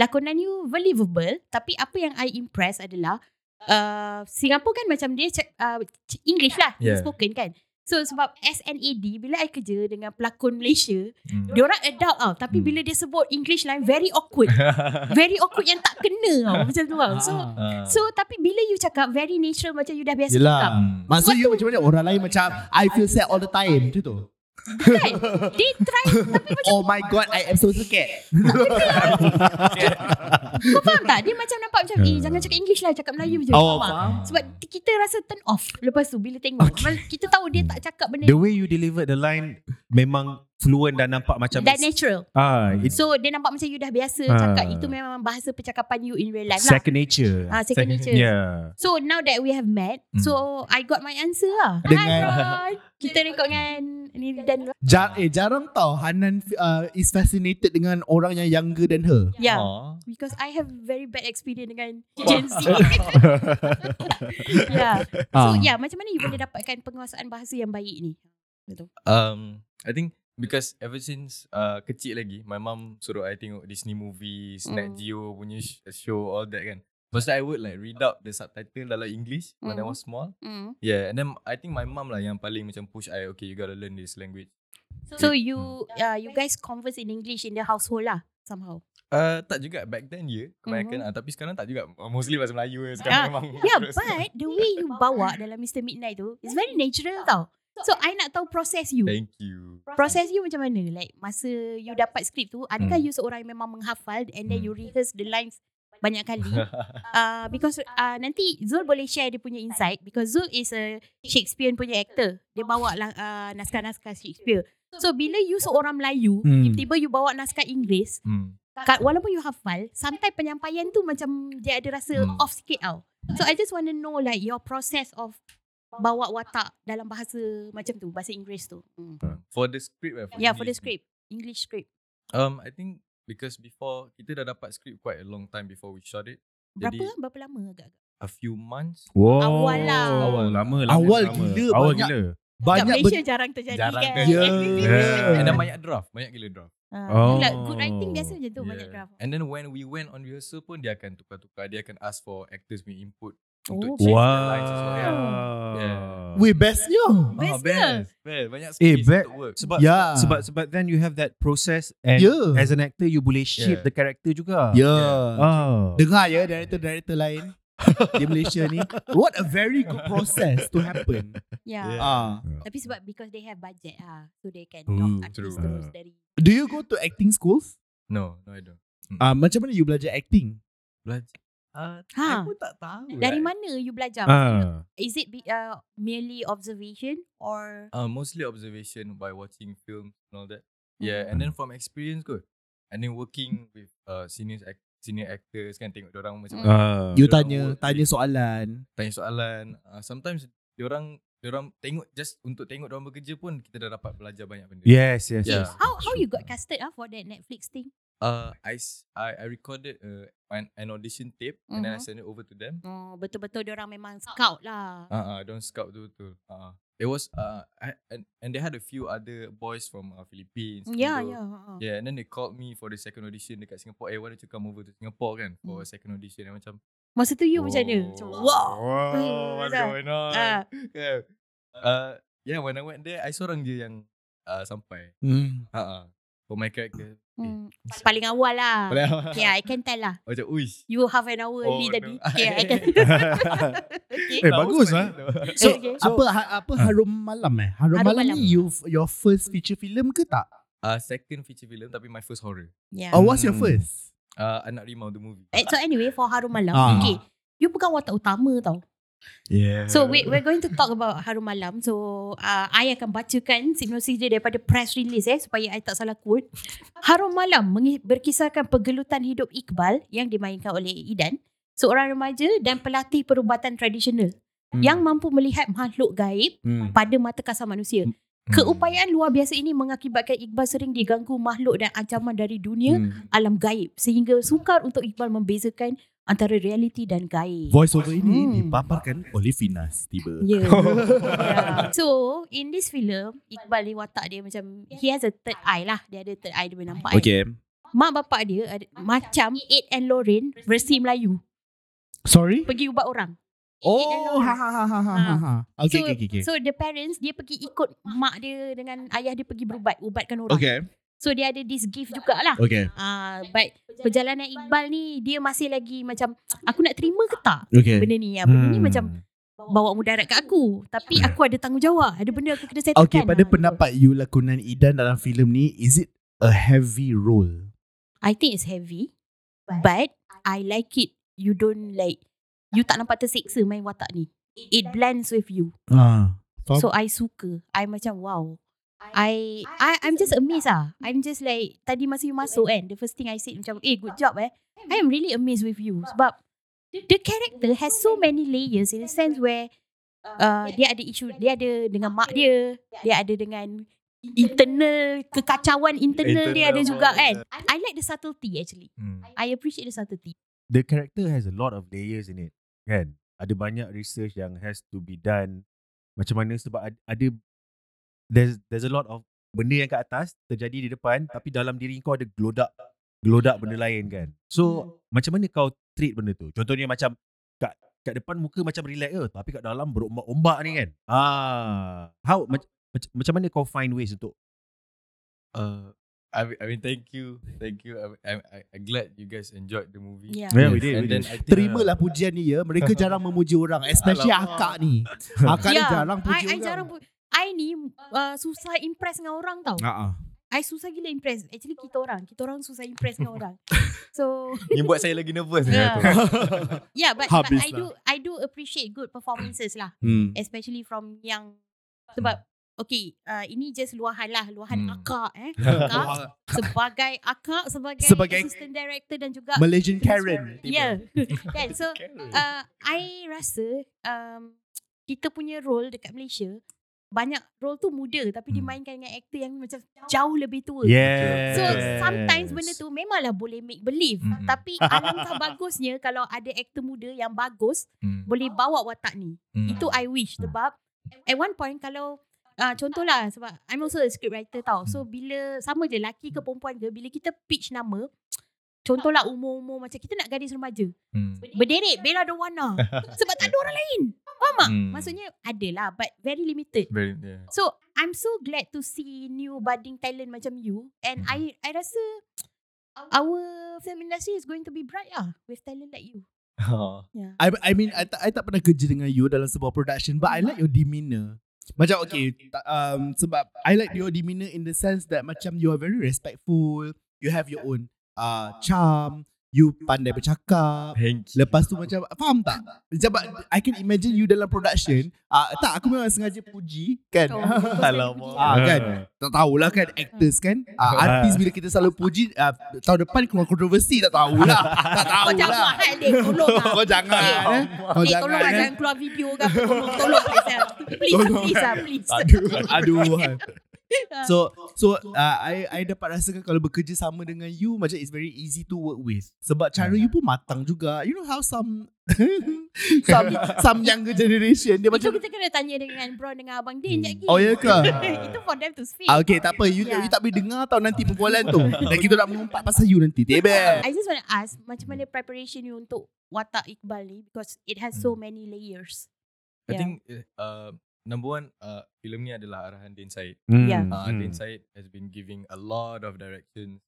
Lakonan you believable Tapi apa yang I impress adalah uh, Singapore kan macam dia cak- uh, c- English lah yeah.
Yeah.
Spoken kan So sebab SNAD Bila I kerja dengan pelakon Malaysia
Hmm.
Diorang adult tau Tapi
Hmm.
bila dia sebut English line Very awkward Very awkward yang tak kena tau Macam tu tau So
Ah.
So tapi bila you cakap Very natural macam you dah biasa
Yelah.
cakap
Hmm.
Maksud you macam mana orang lain macam I feel sad all the time Macam tu
Kan They try Tapi macam
Oh my god I am so scared
Kau faham tak Dia macam nampak macam Eh jangan cakap English lah Cakap Melayu
Hmm.
je Faham
Oh,
tak?
faham.
Sebab kita rasa turn off Lepas tu bila tengok okay. Kita tahu dia tak cakap benda
The way you deliver the line memang fluent dan nampak macam
That natural
ah it's
So dia nampak macam You dah biasa
Ah.
cakap Itu memang bahasa percakapan you In real life lah
second nature.
Ah, second nature
Yeah.
So now that we have met
Hmm.
So I got my answer lah Hi
Dengan-
Roy Kita rekod dengan Ni dan
Jar- eh, Jarang tau Hanan uh, is fascinated dengan orang yang younger than her
Yeah
Ah.
Ya, Because I have very bad experience dengan Gen Z. yeah. So ya,
Ah.
yeah, macam mana you boleh dapatkan penguasaan bahasa yang baik ni? Betul.
Um, I think because ever since uh, kecil lagi, my mom suruh I tengok Disney movies, mm. Nat
Mm.
Geo punya sh- show, all that kan. Lepas tu I would like read out the subtitle dalam English mm. when I
Mm.
was small.
Mm.
Yeah, and then I think my mom lah yang paling macam push I, okay, you gotta learn this language.
So you uh, you guys converse in English in the household lah somehow.
Uh, tak juga back then ya, yeah, kebanyakan. Mm-hmm. Uh, tapi sekarang tak juga. Uh, Mostly bahasa Melayu je sekarang
Ah,
memang.
Yeah, but the way you bawa dalam Mr Midnight tu is very natural tau. So I nak tahu proses you.
Thank you.
Proses you macam mana? Like masa you dapat skrip tu, adakah you seorang yang memang menghafal and then
Hmm.
you rehearse the lines banyak kali? uh, because uh, nanti Zul boleh share dia punya insight because Zul is a Shakespearean punya actor. Dia bawa lah, uh, naskah-naskah Shakespeare. So bila you seorang Melayu,
Hmm.
tiba-tiba you bawa naskah Inggeris,
Hmm.
Ka- walaupun you hafal, sometimes penyampaian tu macam dia ada rasa
Hmm.
off sikit tau. So I just want to know like your process of bawa watak dalam bahasa macam tu, bahasa Inggeris tu. Hmm.
For the script eh,
Yeah, for the
English.
script. English script.
Um, I think because before kita dah dapat script quite a long time before we shot it.
Berapa?
Jadi-
berapa lama agak?
A few months.
Wow.
Awal lah.
Awal lama lama.
Awal
lama.
gila,
Awal
banyak-
gila.
Kat
Banyak
Malaysia jarang terjadi
Jarang
kan.
terjadi.
Yeah.
And then banyak draft, banyak gila draft.
Uh, like
Oh.
good writing biasa macam tu banyak draft.
And then when we went on rehearsal pun dia akan tukar-tukar, dia akan ask for actors punya input
Oh,
untuk
best
change
Wow.
the lines as well. Yeah. Yeah.
Weh bestnya
Best
Ah,
ke?
best. Best. Banyak
Eh,
space
best.
untuk work.
Sebab
Yeah.
sebab sebab then you have that process and
Yeah.
as an actor you boleh shape
Yeah.
the character juga.
Ya yeah.
Ah.
Dengar ya director-director lain Di Malaysia ni What a very good process To happen
Yeah.
Yeah.
Ah,
Hmm,
Tapi sebab because they have budget ah, so they can
Ooh,
knock artist
true. Ah.
terus dari
Do you go to acting schools?
No, no I don't.
Ah, macam mana you belajar acting?
Belajar. Uh,
Ha.
Aku tak tahu.
Dari mana you belajar? Maksudnya,
Ah.
Is it be, uh, merely observation or
Uh, mostly observation by watching films and all that. Yeah, and then from experience kot. And then working with uh, senior act- senior actors kan tengok orang macam
Mm.
mana
Ah.
You
Dorang
tanya
work
Tanya soalan
tanya soalan. Uh, sometimes orang orang tengok just untuk tengok orang bekerja pun kita dah dapat belajar banyak benda.
Yes, yes,
Yeah.
yes.
how how you got casted ah for that Netflix thing?
Uh, I s- I, I recorded uh, an, an audition tape and then I
Mhm.
sent it over to them.
Oh, betul-betul dia orang memang scout lah.
Ah, uh, don't scout tu betul. Ah, uh, it was uh, I, and, and they had a few other boys from uh, Philippines.
Ya,
Indo-
ya.
Yeah, and then they called me for the second audition dekat Singapore. Eh, why don't you come over to Singapore kan for a second audition? And macam,
Masa tu you Hmm. Ya, macam mana?
"Whoa,
Macam, Wow.
Wow, what's
Macam,
going on? Kan?
ah.
yeah. Uh, yeah, when I went there, I seorang je yang uh, sampai.
hmm.
Ha ah. for my character.
Hmm. Paling awal lah.
Macam,
Yeah, I can tell lah.
uish.
You half an hour
Oh,
early
no.
tadi. Yeah, I can. okay.
Eh, bagus ah.
Tahu sebab dia tahu.
So,
Okay.
apa ha- apa Harum Malam eh? Harum,
Harum
Malam,
Malam.
ni you your first feature film ke tak?
Uh, second feature film tapi my first horror.
Yeah.
Or what's your
Hmm.
first?
Uh, Anak Rimau the movie.
Eh, So anyway, for Harum Malam.
Ah.
Okay. You bukan watak utama tau.
Yeah.
So we, we're going to talk about Harum Malam. So uh, I akan bacakan sinopsis dia daripada press release eh supaya I tak salah quote. Harum Malam mengi- berkisahkan pergelutan hidup Iqbal yang dimainkan oleh Idan, seorang remaja dan pelatih perubatan tradisional yang mampu melihat makhluk gaib pada mata kasar manusia. Keupayaan luar biasa ini mengakibatkan Iqbal sering diganggu makhluk dan ancaman dari dunia alam gaib sehingga sukar untuk Iqbal membezakan antara realiti dan gaib.
Voice over ini
Hmm.
dipaparkan oleh Finas tiba.
Yeah. yeah. So in this film Iqbal ni watak dia macam he has a third eye lah. Dia ada third eye dia boleh nampak. Kan?
Okay.
Mak bapak dia ada, macam Ed and Lorraine versi Melayu.
Sorry?
Pergi ubat orang.
Oh, ha ha ha ha ha. ha. Okay,
so,
okay, okay. okay.
so the parents dia pergi ikut mak dia dengan ayah dia pergi berubat, ubatkan orang.
Okay,
So dia ada this gift jugalah.
okay.
Ah, uh, but perjalanan Iqbal ni dia masih lagi macam aku nak terima ke tak
Okay.
benda ni? Ah, Benda ni macam
Hmm.
bawa mudarat kat aku tapi aku ada tanggungjawab ada benda aku kena settlekan
Ya. Okay, pada
Ah,
pendapat you lakonan Idan dalam filem ni, is it a heavy role?
I think it's heavy but I like it you don't like you tak nampak tersiksa main watak ni it blends with you
Ah. Faham?
so I suka I macam wow I I I'm just amazed ah I'm just like tadi masa you masuk kan the first thing I said macam eh good job eh I am really amazed with you sebab the character has so many layers in a sense where uh, dia ada isu dia ada dengan mak dia dia ada dengan internal kekacauan internal, dia ada
Internal
juga
voice,
kan I like the subtlety actually
Hmm.
I appreciate the subtlety
The character has a lot of layers in it. Kan? Ada banyak research yang has to be done. Macam mana sebab ad- ada there's there's a lot of benda yang kat atas terjadi di depan tapi dalam diri kau ada gelodak gelodak benda lain kan. So macam mana kau treat benda tu? Contohnya macam kat kat depan muka macam relax je tapi kat dalam berombak-ombak ni kan. Ah, how mac, mac, macam mana kau find ways untuk
Uh, I, mean- I mean, thank you, thank you. I, I, I, I glad you guys enjoyed the movie.
yeah
Yeah, we
Ah, Yes,
did,
And
we
then
did.
I think, uh,
Terimalah pujian ni ya. Mereka jarang memuji orang. Especially
Alamak.
akak ni. Akak ni jarang puji
Ya, I, I
orang.
jarang pu- I ni uh, susah impress dengan orang tau.
Ah, ah.
I susah gila impress. Actually kita orang, kita orang susah impress dengan orang. So
Ni buat saya lagi nervous.
Yeah.
Yeah.
yeah, but, but
Habis
I
lah.
do I do appreciate good performances lah,
Hmm.
especially from yang sebab okay, uh, ini just luahan lah, luahan
Hmm.
akak eh. Akak sebagai akak sebagai,
Sebagai-
assistant director dan juga
Malaysian Karen.
Yeah. kan so uh, I rasa um, kita punya role dekat Malaysia banyak role tu muda tapi
Hmm.
dimainkan dengan aktor yang macam jauh lebih tua.
Yes.
So sometimes benda tu memanglah boleh make believe
Mm-mm.
tapi alangkah bagusnya kalau ada aktor muda yang bagus
Hmm.
boleh bawa watak ni.
Hmm.
Itu I wish sebab at one point kalau uh, contohlah sebab I'm also a script writer tau. So bila sama je laki ke perempuan ke bila kita pitch nama contohlah umur-umur macam kita nak gadis remaja.
Hmm.
Berderet Bella Dowana Sebab tak ada orang lain Faham tak?
Hmm.
Maksudnya Ya. ada lah But very limited
Very, yeah.
So I'm so glad to see New budding talent macam you And I I rasa Our film industry is going to be bright lah With talent like you
I, I mean, I, tak- I tak pernah kerja dengan you dalam sebuah production but I like your demeanour. Macam okay, ta- um, sebab I like your demeanour in the sense that macam you are very respectful, you have your own uh, charm, you pandai bercakap.
Thank you.
Lepas tu macam Faham tak Sebab I can imagine you dalam production uh, Tak aku memang sengaja puji Kan
Oh, bagus kan
Alamak.
puji.
Ah kan Tak tahulah kan Actors kan ah, Artis bila kita selalu puji ah, Tahun depan keluar kontroversi Tak tahulah Tak
Kau jangan buat
tahulah
hal Dek Tolong lah
Kau jangan eh. Kau
Dek tolong lah
jangan eh.
Jangan keluar video ke apa Tolong Tolong please lah Please
Tolong.
please lah Please
Aduh Ah. Aduh kan. So so uh, I I dapat rasakan kalau bekerja sama dengan you macam it's very easy to work with sebab cara you pun matang juga. You know how some some some younger generation dia
Itu
macam
kita kena tanya dengan Brown dengan Abang Din sekejap lagi
Oh, ya ke?
Itu for them to speak
Ah, okay, tak apa. You,
Yeah.
you tak boleh dengar tau nanti perbualan tu. Dan kita nak mengumpat pasal you nanti. Tebel.
Ah, I just want to ask macam mana preparation you
Hmm.
untuk watak Iqbal ni because it has so many layers. Yeah.
I think uh, number one, uh, filem ni adalah arahan Din Said.
Ya.
Hmm,
Uh,
hmm.
Din Said has been giving a lot of directions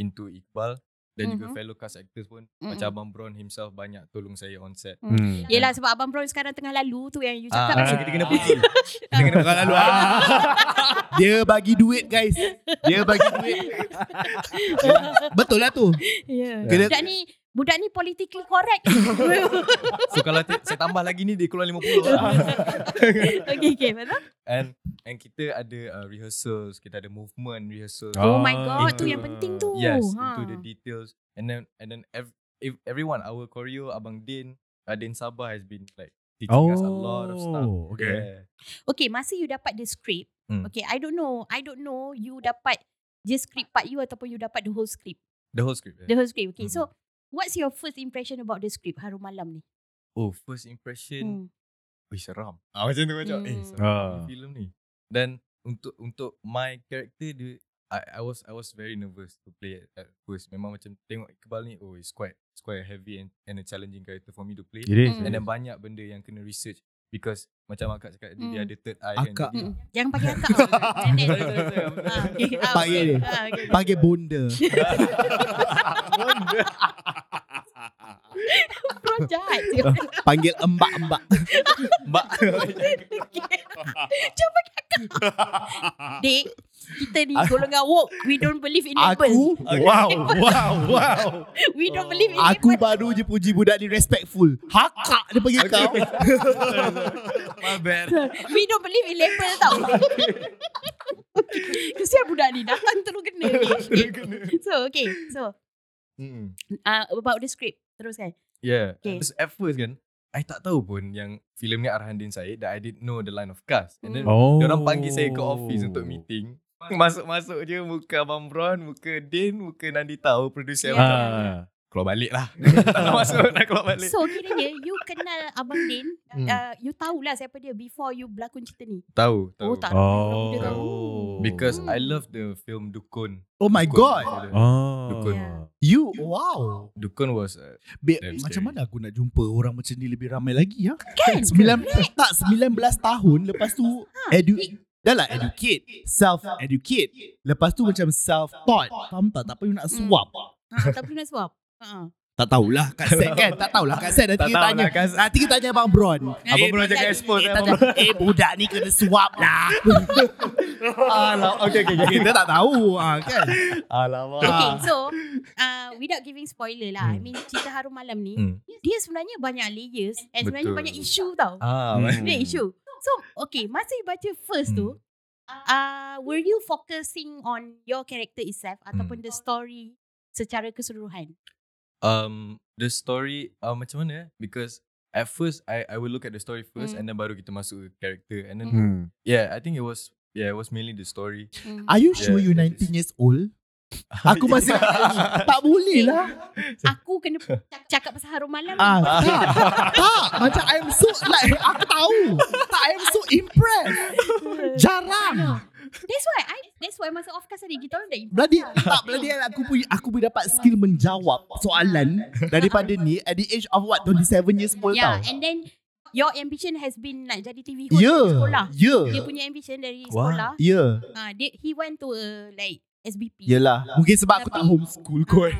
into Iqbal dan juga
Mhm.
fellow cast actors pun.
Mm-mm.
Macam Abang Bron himself banyak tolong saya on set.
Hmm.
Yelah sebab Abang Brown sekarang tengah lalu tu yang you
Ah,
cakap.
Ah.
so kita kena puji. kita kena
Kalau lalu Dia bagi duit guys Dia bagi duit Betul lah tu
yeah.
Kena-
Ya. Budak ni budak ni politically correct.
So kalau t- saya tambah lagi ni dia keluar 50 lah.
okay, okay, betul?
and and kita ada uh, rehearsals, kita ada movement rehearsals.
Oh, my
Ah.
god, tu yang penting tu. Ha.
Yes, into the details. And then and then ev- ev- everyone our choreo abang Din, uh, Din Sabah has been like teaching us a lot of stuff.
Oh, okay.
Yeah.
Okay, masa you dapat the script,
Hmm.
okay, I don't know, I don't know you dapat je script part you ataupun you dapat the whole script.
The whole script.
The
Yeah.
whole script. Okay,
Mhm.
so what's your first impression about the script Harum Malam ni?
oh, first impression.
Hmm.
Ui, seram. Ah, macam tu macam. Eh,
Hmm.
seram
Ah.
ni filem ni. Dan untuk untuk my character dia I, I was I was very nervous to play at, at first. Memang macam tengok Iqbal ni, oh it's quite it's quite a heavy and, and a challenging character for me to play.
It is. it
Mm.
And
is.
then banyak benda yang kena research because macam akak cakap dia, dia
Hmm.
ada third eye
Akak.
kan. Jadi,
Mm. Jangan panggil akak. Nenek.
Sorry, sorry, sorry.
Ah, okay. Ah,
Panggil dia.
ah, okay.
Panggil bonda
Projek.
Panggil embak-embak
Mbak.
Okay. Jangan panggil akak. Dek, kita ni golongan woke. We don't believe in label.
Aku Wow Wow Wow
We don't believe in
Aku
label.
baru je puji budak ni respectful Hakak dia panggil kau
My bad.
We don't believe in label tau. Okay. Kesian budak ni datang terus kena ni. So okay So
Mm.
uh, About the script kan. Teruskan
Yeah.
Okay.
Okay. So at first kan, I tak tahu pun yang filem ni arahan Din Syed that I didn't know the line of cast. And then
Hmm.
Oh.
oh. orang panggil saya ke office untuk meeting. Masuk-masuk je muka Abang Bron, muka Din, muka Nandita, our producer.
Yeah.
Yeah.
Ah.
Keluar balik lah. tak nak masuk, nak keluar balik.
So kiranya You kenal Abang Din
Hmm.
uh, You tahulah siapa dia Before you berlakon cerita ni
tahu,
Oh
Oh. tahu.
tak
Oh.
Dia tahu.
Because
Hmm.
I love the film Dukun.
Oh my
Dukun.
god
Oh.
Dukun.
Yeah.
You Wow
Dukun was uh,
Babe,
Damn
macam
scary.
mana aku nak jumpa orang macam ni lebih ramai lagi ya?
Kan? Ha,
Sembilan tak 19 tahun lepas tu edu dah lah educate, self educate. Lepas tu macam self taught. Faham tak? Tak payah nak suap.
ha, Tak perlu nak suap uh-huh.
Tak tahulah Kak Set kan Tak tahulah Kak Set Nanti
Tak
kita
tahu
tanya
lah, Kak Set.
Nanti kita tanya Abang Bron
Abang Bron
budak
jangan
ni-
expose,
eh,
eh,
tak
Abang
tahu. Eh budak ni kena suap lah Alah Ah, lah. okay, okay, Kita tak tahu ha, kan Ah.
Alamak.
Okay so uh, Without giving spoiler lah I mean cerita Harum Malam ni
Hmm.
Dia sebenarnya banyak layers And sebenarnya
Betul.
banyak isu tau
Ah,
Hmm.
hmm.
Dia isu So okay Masa you baca first tu
Hmm.
uh, Were you focusing on Your character itself
Hmm.
Ataupun the story Secara keseluruhan
um the story uh, macam mana eh? because at first I I will look at the story
Mm.
first mm. and then baru kita masuk ke character and then mm.
Hmm.
yeah I think it was yeah it was mainly the story
Hmm.
Are you sure you
Yeah.
19 years old? Aku masih Tak boleh lah
Aku kena cak- cakap pasal harum malam
Ah,
ni.
tak. tak. Macam I'm so like aku tahu. Tak I'm so impressed. Jarang.
That's why I That's why masa off cast tadi Kita orang dah impress
Bloody tak bloody hell, aku pun aku pun dapat skill menjawab soalan daripada ni at the age of what 27 years old
Yeah
tau.
Ya, and then Your ambition has been Nak jadi TV host
Ya.
dari sekolah
Ya.
Dia punya ambition dari
Wah.
sekolah
Ya.
Ah, dia, He went to a, Like SBP
Yelah. eh. Mungkin sebab aku
Tapi-
tak homeschool kot.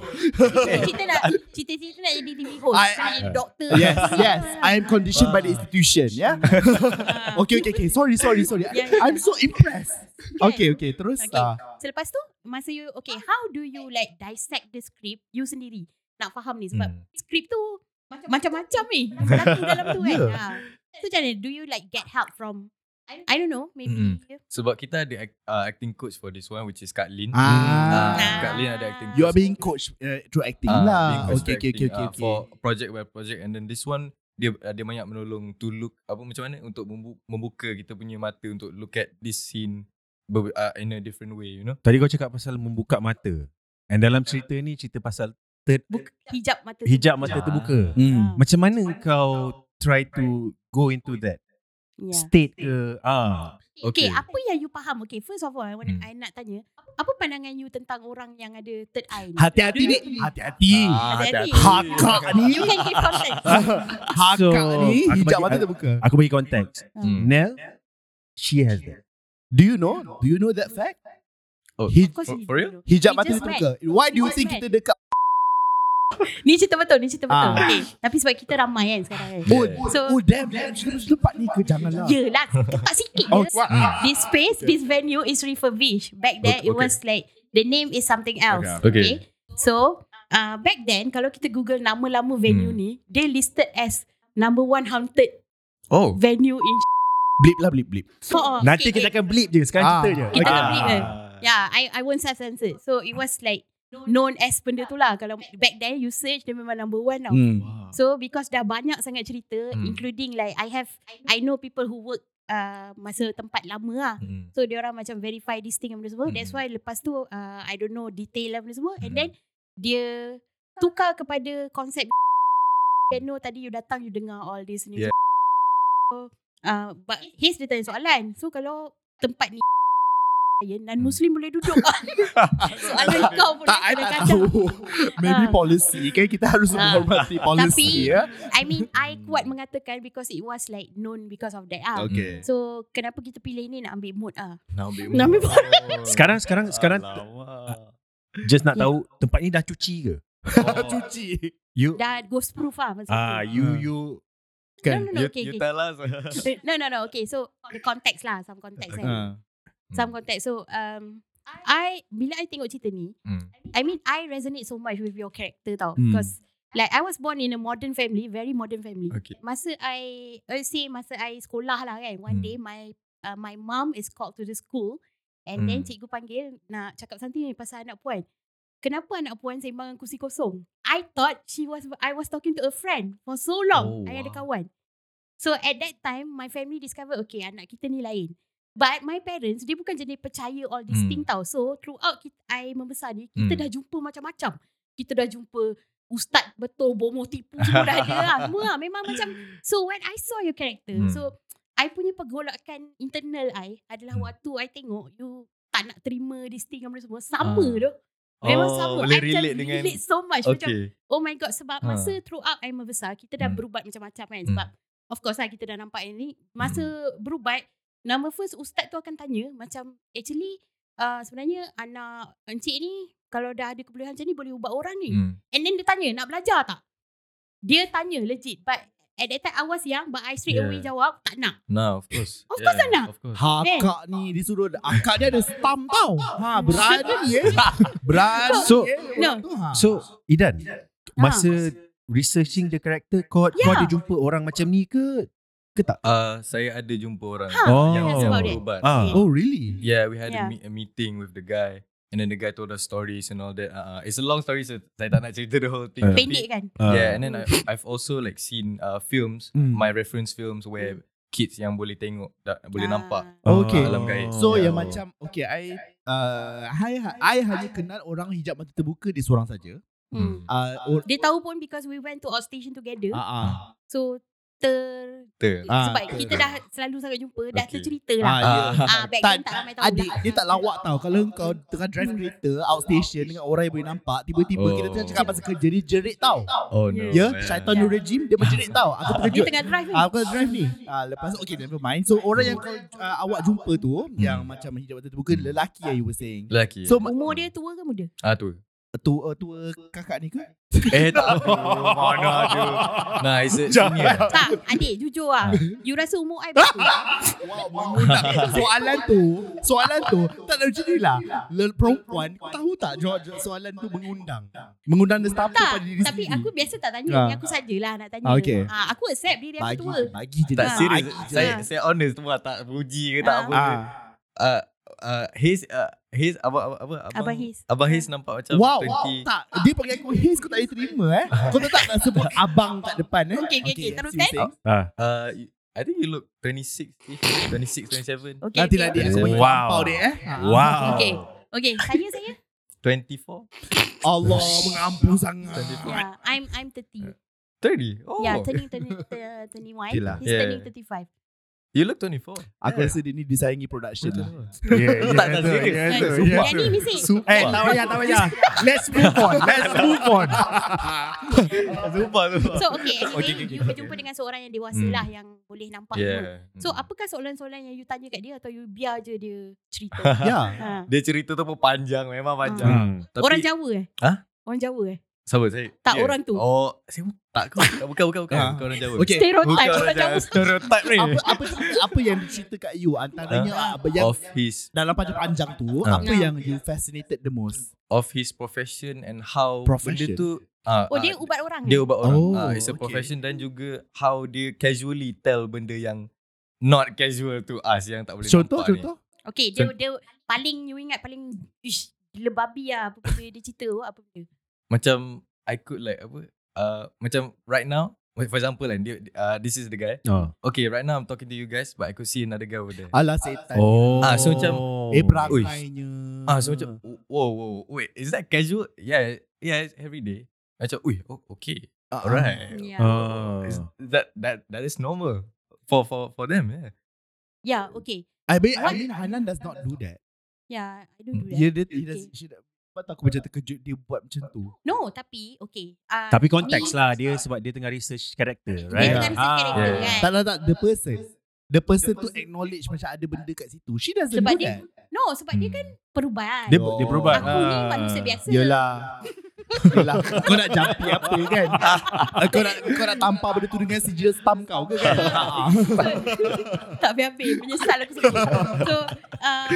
Cita Ah, nak Cita-cita nak jadi TV host
I-
Nak jadi doktor
Yes, yes. I am conditioned by the institution, yeah.
Ah.
Okay, okay, okay. Sorry, sorry, sorry.
Yeah, yeah.
I'm so impressed. Okay, okay. Terus
Okay.
ah.
Selepas tu Masa you Okay how do you like Dissect the script You sendiri Nak faham ni Sebab
Hmm.
skrip tu Macam-macam ni eh, Berlaku dalam tu kan
Yeah.
yeah. So macam mana Do you like get help from I don't know Maybe
sebab kita ada act, uh, acting coach for this one which is Kak Lin
Ah.
Ah, Kak Lin ada acting
You are being coached uh, through acting
Ah,
lah.
being
Okay,
coach for
okay, okay, okay.
acting, ah, for project by project and then this one dia uh, dia banyak menolong to look apa macam mana untuk membu- membuka kita punya mata untuk look at this scene ber- uh, in a different way you know
Tadi kau cakap pasal membuka mata. And dalam cerita ni cerita pasal third
Buk- Hijab mata tu.
hijab mata
Ah.
terbuka.
Hmm.
Ah,
Hmm. Macam mana kau try to Ya. go into that
yeah.
state ke? Ah.
okay. okay
Okay.
Apa yang you faham Okay first of all I, wanna,
Hmm.
I nak tanya Apa pandangan you Tentang orang yang ada Third eye ni
Hati-hati ni. Hati-hati.
Ah,
Hati-hati.
Hakak ni.
You can
ha,
give context
Ah, Hakak
So,
ni.
aku
Hijab
bagi-
mata terbuka.
Aku bagi konteks.
Hmm.
Nell She has that.
Do you know? Do you know that fact?
Oh,
He-
Of course
For-
you
for
do
real?
know.
Hijab
We
mata
just met.
terbuka. Why do you
What
think
man?
kita dekat?
Ni cerita betul, ni cerita betul.
Ah.
Okay. Tapi sebab kita ramai kan sekarang kan.
Oh,
Yeah.
So-
oh damn, damn. Kita mesti lepak ni ke? Janganlah.
Yelah, kepak lah, sikit
Oh,
je. This space, this venue is refurbished. Back there,
Okay,
it
okay.
was like, the name is something else.
Okay.
Okay.
So, uh, back then, kalau kita google nama lama venue
Hmm.
ni, they listed as number one haunted
Oh.
venue in
blip lah, blip, blip.
Oh, oh,
Nanti
okay,
kita
okay.
akan bleep je. Sekarang
Ah.
cerita je.
Kita
Okay.
akan bleep kan?
Ah.
Yeah, I I won't self-censor. So, it was like known as benda tu lah. Kalau back then, you search, dia memang number one tau.
Hmm.
So because dah banyak sangat cerita
Hmm.
hmm. including like I have I know people who work uh, masa tempat lama lah.
Mm.
So dia orang macam verify this thing and benda semua.
Hmm.
Hmm. That's
Mm-hmm.
why lepas tu uh, I don't know detail lah benda semua and
Hmm.
then
Mm-hmm.
dia tukar kepada konsep piano tadi you datang you dengar all this ni.
Yeah.
So, uh, but his dia tanya soalan. So kalau tempat ni dan Muslim boleh duduk. Soalan kau pun
Mm. Tak, I tak tahu. Maybe policy. Kan kita harus
Ah.
menghormati policy.
Tapi-
ya.
I mean I kuat mengatakan because it was like known because of that ah.
Okay.
So kenapa kita pilih ni nak ambil mood ah?
Nak ambil
Nak ambil
mood.
Sekarang,
Oh.
sekarang, sekarang. Just nak tahu tempat ni dah cuci ke?
Cuci.
You
Dah ghost proof ah masa
ah
tu.
you you
Kan?
no no no
Ya.
You,
okay,
you
okay.
tell us.
No no no okay so the context lah some context kan.
Ah.
Some context so um I bila I tengok cerita ni
Mm.
I mean I resonate so much with your character tau
Hmm.
because like I was born in a modern family very modern family.
Okay.
Masa I uh, say masa I sekolah lah kan one
Hmm.
day my uh, my mom is called to the school and then
Hmm.
cikgu panggil nak cakap something ni pasal anak puan. Kenapa anak puan sembang dengan kursi kosong? I thought she was I was talking to a friend for so long.
Oh,
Oh, I ada
wow.
kawan. So at that time my family discover okay anak kita ni lain. But my parents dia bukan jenis percaya all these
Hmm.
hmm. thing tau. So throughout kita, I membesar ni kita
Hmm.
dah jumpa macam-macam. Kita dah jumpa ustaz betul bomoh tipu semua dah ada lah. Semua lah. memang macam So when I saw your character,
Hmm.
hmm. so I punya pergolakan internal I adalah
Hmm.
waktu I tengok you tak nak terima this thing dan benda semua. Sama
Ah.
tu. Memang
Oh,
sama. I
Boleh
macam
relate dengan.
relate so much. Macam,
Okay.
oh my god, sebab
Ah.
masa throughout I membesar, kita dah
Hmm.
berubat macam-macam kan.
Hmm.
Sebab of course lah kita dah nampak yang ni. Masa berubat, nama first ustaz tu akan tanya macam actually uh, sebenarnya anak encik ni kalau dah ada kebolehan macam ni boleh ubat orang ni.
Mm.
And then dia tanya nak belajar tak? Dia tanya legit but at that time I was young but I straight
Yeah.
yeah. away jawab tak nak.
Nah, of course.
Of course, Ana.
Of course.
Akak
Kan?
ni disuruh akak dia ada stam tau. Ha berani eh. Berani.
So-
eh.
No.
Ha.
so Idan masa researching the character kau
Ah. Ya.
kau ada jumpa orang macam ni ke ke tak?
Uh, saya ada jumpa orang
Ha,
Oh.
yang
that's
yang
about it.
berubat.
Ah,
Yeah.
oh really?
Yeah, we had a,
Yeah.
meet, a meeting with the guy. And then the guy told us stories and all that. Uh, it's a long story, so saya tak nak cerita the whole thing.
Uh.
Tapi-
Pendek kan?
Ah.
Yeah, and then I, I've also like seen uh, films,
Mm.
my reference films where kids yang boleh tengok, tak, boleh
Ah.
nampak.
Oh,
Okay.
Alam gaib.
So
Yeah.
yang macam okay I uh, I, I hanya kenal orang hijab mata terbuka dia seorang saja.
Hmm.
Uh, or,
Dia tahu pun because we went to outstation together.
Ah.
uh, uh,
So ter
Ter.
Ah,
sebab
betul.
kita dah selalu sangat jumpa, dah
Okay.
tercerita
Ah,
lah.
ya.
Ah, back
tak-
then tak ramai tahu
Adik
lah.
dia tak lawak tau Kalau kau tengah drive kereta Outstation dengan orang yang boleh nampak Tiba-tiba
Oh.
kita tengah cakap pasal kerja Dia jerit tau
Oh no.
Ya yeah,
man.
Syaitan yeah. regime Dia menjerit tau Aku
Dia
terkejut
tengah drive ni.
Ah, Aku tengah drive ni ah, Lepas tu okay never mind So orang yang kau ah, awak jumpa tu Yang macam hijab mata terbuka Lelaki yang you were saying
Lelaki.
So ma-
Umur dia tua ke muda?
ah tu.
tua, tua kakak ni ke?
Eh tak tahu. Mana ada. Nah, it's a senior.
Tak, adik jujur lah. You rasa umur I berapa?
Wow, mengundang. soalan tu, soalan tu tak ada macam ni lah. Le- Perempuan tahu tak jawab jawab soalan tu mengundang. Mengundang the staff tu
tak,
pada diri
tapi
sendiri.
aku biasa tak tanya.
Ah.
Ni aku sajalah nak tanya.
Ah, okay.
Ah, aku accept diri aku
bagi
tua.
bagi je
Tak
lah.
serius.
Bagi je.
Saya
Ah.
saya honest pula tak puji ke tak
Ah.
apa.
Ah.
Uh, uh, his uh, his abang abang
Abang His. Ah.
Abang His nampak macam
Wow,
20.
tak. Dia panggil aku Haze kau tak boleh terima eh. Kau tak tak nak sebut abang kat depan eh.
Okay, okay, okay. Teruskan.
seriously.
Ah.
Uh, you- I think you look 26, eh, 26, 27,
Okay,
Nanti lah
okay.
nanti aku bagi
Wow.
wow. dia eh. Ah.
Wow.
Okay. Okay, saya saya
24,
Allah mengampu sangat.
Yeah, Ya, I'm I'm 30.
30. Oh.
Yeah, turning turning uh, 21.
Okay lah.
He's
Yeah.
turning 35.
You look 24.
Aku rasa dia ni disayangi production lah.
Yeah,
Kau tak tahu serious.
yeah,
Kan?
yeah.
Yang ni mesti
Eh, tak payah, tak payah. Let's move on. Let's move on.
Sumpah tu.
So okay anyway okay,
Okay, okay,
okay, You
okay,
berjumpa
okay.
dengan seorang yang dewasa
Hmm.
lah Yang boleh nampak yeah.
Yeah.
So
Mm.
apakah soalan-soalan yang you tanya kat dia Atau you biar je dia cerita
Ya.
ha.
Dia cerita tu pun panjang, memang panjang.
Hmm.
Tapi,
Orang Jawa eh
Ha?
Orang Jawa eh
Sabar saya.
Tak, orang tu.
Oh, saya pun tak kau. Tak bukan bukan bukan.
Ah.
Kau orang Jawa.
Okay.
Stereotype
Eh, Bukan
orang
orang
Jawa
Jawa. Stereotype ni.
Apa apa apa yang dicerita kat you antaranya
Ah.
Huh?
apa yang
Of his
dalam panjang-panjang tu
Ah.
Ya.
apa yang you fascinated the most?
of his profession and how
Profession.
benda tu ah,
Oh
ah,
dia ubat orang
dia
eh?
ubat orang.
Oh,
Oh, it's a
okay.
profession dan juga how dia casually tell benda yang not casual to us yang tak boleh
Contoh
nampak ni.
contoh.
Okay dia, dia Paling you ingat paling Ish Gila babi lah Apa benda dia cerita tu, Apa benda
Macam I could like apa uh, macam right now for example kan dia uh, this is the guy.
Oh.
Okay, right now I'm talking to you guys but I could see another guy over there.
Alah setan.
Oh.
Ah, so macam-
Eh
Ui.
berangkainya.
Ah, so macam Whoa, whoa, wait Is that casual? Yeah, yeah, it's every day Macam, ui, oh, okay
Ah,
Alright
Yeah.
Ah.
Is that that that is normal for for for them yeah
Yeah okay
I mean, I
What-
mean Hanan does not do that.
Yeah Ya, I don't do that
Yeah, dia
Okay.
tidak sebab tu aku macam terkejut dia buat macam tu.
No tapi Okay uh,
Tapi konteks lah dia sebab dia tengah research karakter,
Dia
right?
tengah
research
Ah.
character, kan?
Tak tak tak the person. The person tu acknowledge macam ada benda kat situ. She doesn't
Sebab
do
dia-
that.
No sebab
Hmm.
dia kan Perubahan
Dia, dia berubah.
Aku ni manusia biasa
Yelah. Yelah. kau nak jampi apa kan? kau nak kau nak tampar benda tu dengan sijil stam kau ke kan?
tak habis-habis Menyesal aku sebut So uh,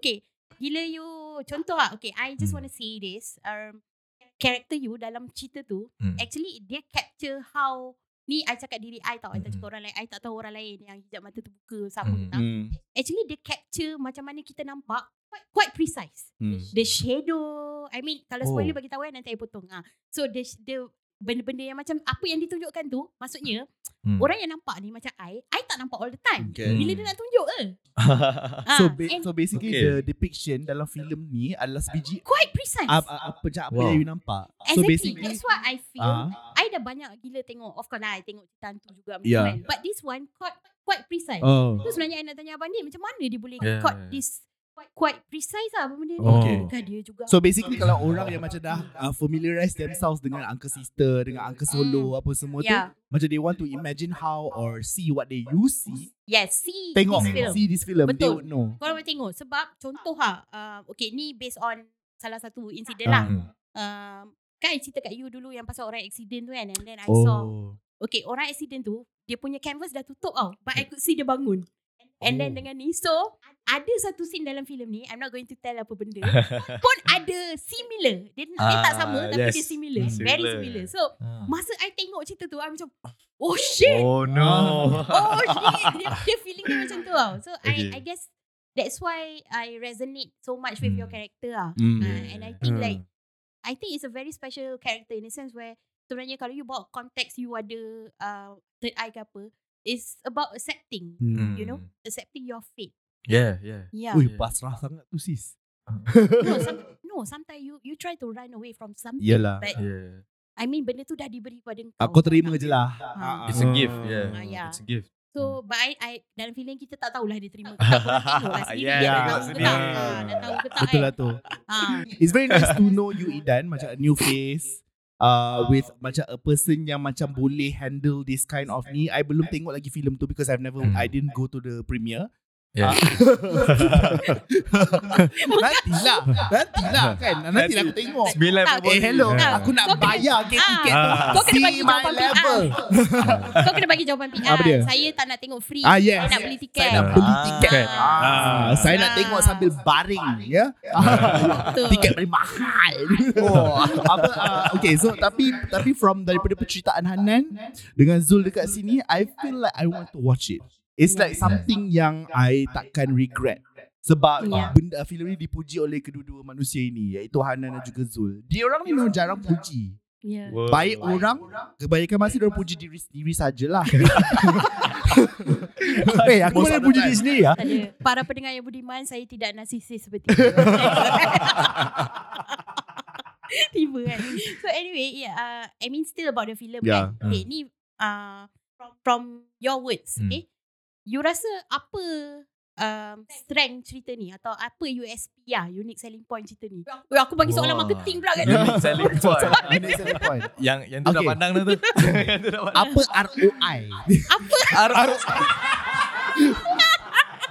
Okay Gila you Contoh lah Okay I just want to say this um, Character you Dalam cerita tu
Hmm.
Actually Dia capture how Ni I cakap diri I tau I tak
Mm-mm.
cakap orang lain I tak tahu orang lain Yang hijab mata terbuka Sama
Mm.
mm. tak Actually dia capture Macam mana kita nampak Quite, quite precise
Hmm.
The shadow I mean Kalau
Oh.
spoiler bagi tahu eh, Nanti I potong ha. So the, the Benda-benda yang macam Apa yang ditunjukkan tu Maksudnya
Hmm.
Orang yang nampak ni Macam I I tak nampak all the time
Okay.
Bila dia nak tunjuk eh
Hmm. So,
Ah,
ba-
and
so basically
Okay.
the depiction dalam filem ni adalah sebiji
quite precise.
apa apa macam apa
Wow.
yang you nampak. Ah, So
exactly.
basically
That's what I feel.
ah
I dah banyak gila tengok. Of course lah, I tengok cerita hantu juga. macam
Yeah.
Kan. But this one quite, quite precise. Oh.
oh
Tu sebenarnya I nak tanya Abang Din, macam mana dia boleh
Yeah.
yeah. caught this quite, quite precise lah apa benda ni.
Okay.
Kan dia juga.
Oh. So basically kalau orang yang macam dah uh, familiarize themselves dengan Uncle Sister, dengan Uncle Solo apa semua
yeah.
tu, macam they want to imagine how or see what they you see,
Yes, see
tengok
this film.
see this film, they
Betul.
would know.
Korang boleh tengok. Sebab contoh lah, uh, okay ni based on salah satu
Ah.
insiden lah.
Hmm.
Um, kan I cerita kat you dulu yang pasal orang accident tu kan. And then I
oh.
saw Okay orang accident tu Dia punya canvas dah tutup tau But
Hmm.
I could see dia bangun And then
Oh.
dengan ni So ada satu scene dalam filem ni I'm not going to tell apa benda Pun ada similar Dia, dia tak
Ah,
sama Tapi
yes.
dia similar
Hmm.
Very
Similar.
similar So
Oh.
Ah.
masa I tengok cerita tu I macam Oh shit
oh no
Oh shit dia, dia feeling dia macam tu tau So
Okay.
I I guess That's why I resonate so much with
Hmm.
your character lah
Mm.
Ah, And I think like
Hmm.
I think it's a very special character in a sense where sebenarnya kalau you bawa konteks you ada uh, third eye ke apa, it's about accepting,
Hmm.
you know, accepting your fate.
Mm. yeah yeah
Yeah.
Ui,
Yeah.
pasrah sangat tu sis.
no, some, no, sometimes you you try to run away from something.
Yalah.
But
yeah
I mean benda tu dah diberi pada kau.
Aku terima je lah.
Ah.
Uh,
it's a gift yeah,
Ah, yeah.
it's a gift
So, but I, I dalam feeling kita tak tahulah dia terima. ke tak. Korang tengok lah sendiri.
Yeah,
Yeah, dah tahu ke
yeah, sendiri.
tak. Ha, dah tahu ke tak.
Betul
kan?
lah tu.
Ha.
It's very nice to know you Idan macam a new face. Uh, with macam a person yang macam boleh handle this kind of ni I belum tengok lagi filem tu because I've never
Hmm.
I didn't go to the premiere Ah.
Yeah.
nantilah nantilah lah. kan nantilah aku tengok
Bila
Tak,
eh hello
Yeah.
aku nak
Kau kena-
bayar gate
Ah.
tiket tu
Ah.
Kau kena
see
bagi
my
jawapan
level
PR. Kau kena bagi jawapan PR.
Apa dia?
Saya tak nak tengok free.
ah yes
Saya nak beli tiket.
saya nak beli
Ah.
tiket
Ah.
ah. saya nak
Ah.
tengok sambil baring ya
Betul.
tiket paling mahal. Oh, apa uh, okay so tapi tapi from daripada penceritaan Hanan dengan Zul dekat sini I feel like I want to watch it. It's like something yang I takkan regret. Sebab
Ya.
benda filem ni dipuji oleh kedua-dua manusia ini iaitu Hanan dan juga Zul. Dia orang ni memang jarang puji.
Yeah.
Baik orang kebanyakan masa dia orang puji diri sendiri sajalah. Eh, aku boleh puji diri sendiri ya.
Tak ada. Para pendengar yang budiman, saya tidak narsisis seperti itu. Tiba kan. So anyway, yeah, uh, I mean still about the film
Yeah.
kan. Okay, ni uh, from, from uh, your words,
Hmm.
okay? you rasa apa um, strength cerita ni atau apa USP lah unique selling point cerita ni Weh, aku bagi soalan
Wah.
marketing pula kat
Unique selling point.
Unique selling point.
yang yang tu okay. dah
Okay.
pandang dah tu. yang tu dah pandang.
Apa ROI?
Ar-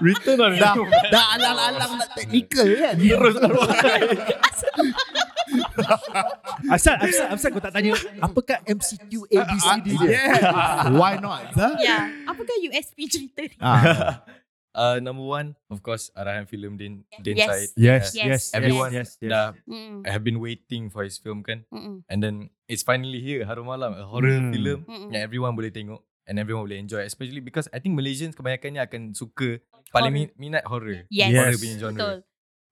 Return on
dah dah alang-alang nak teknikal kan. Terus
Asal, asal, asal kau tak tanya
apakah MCQ ABCD dia? Yeah. E. Why not? Huh?
Ya, apakah USP cerita ni?
Ah.
uh, number one, of course, arahan filem Din Din
Yes.
Said.
Yes,
Yes,
yes,
Everyone
yes, yes.
dah
Mm.
have been waiting for his film kan.
Mm.
And then it's finally here Harum Malam, a horror
Hmm.
mm. film
Mm.
yang everyone boleh tengok and everyone boleh enjoy especially because I think Malaysians kebanyakannya akan suka paling min- minat horror.
Yes.
Yes.
Horror punya genre.
Betul.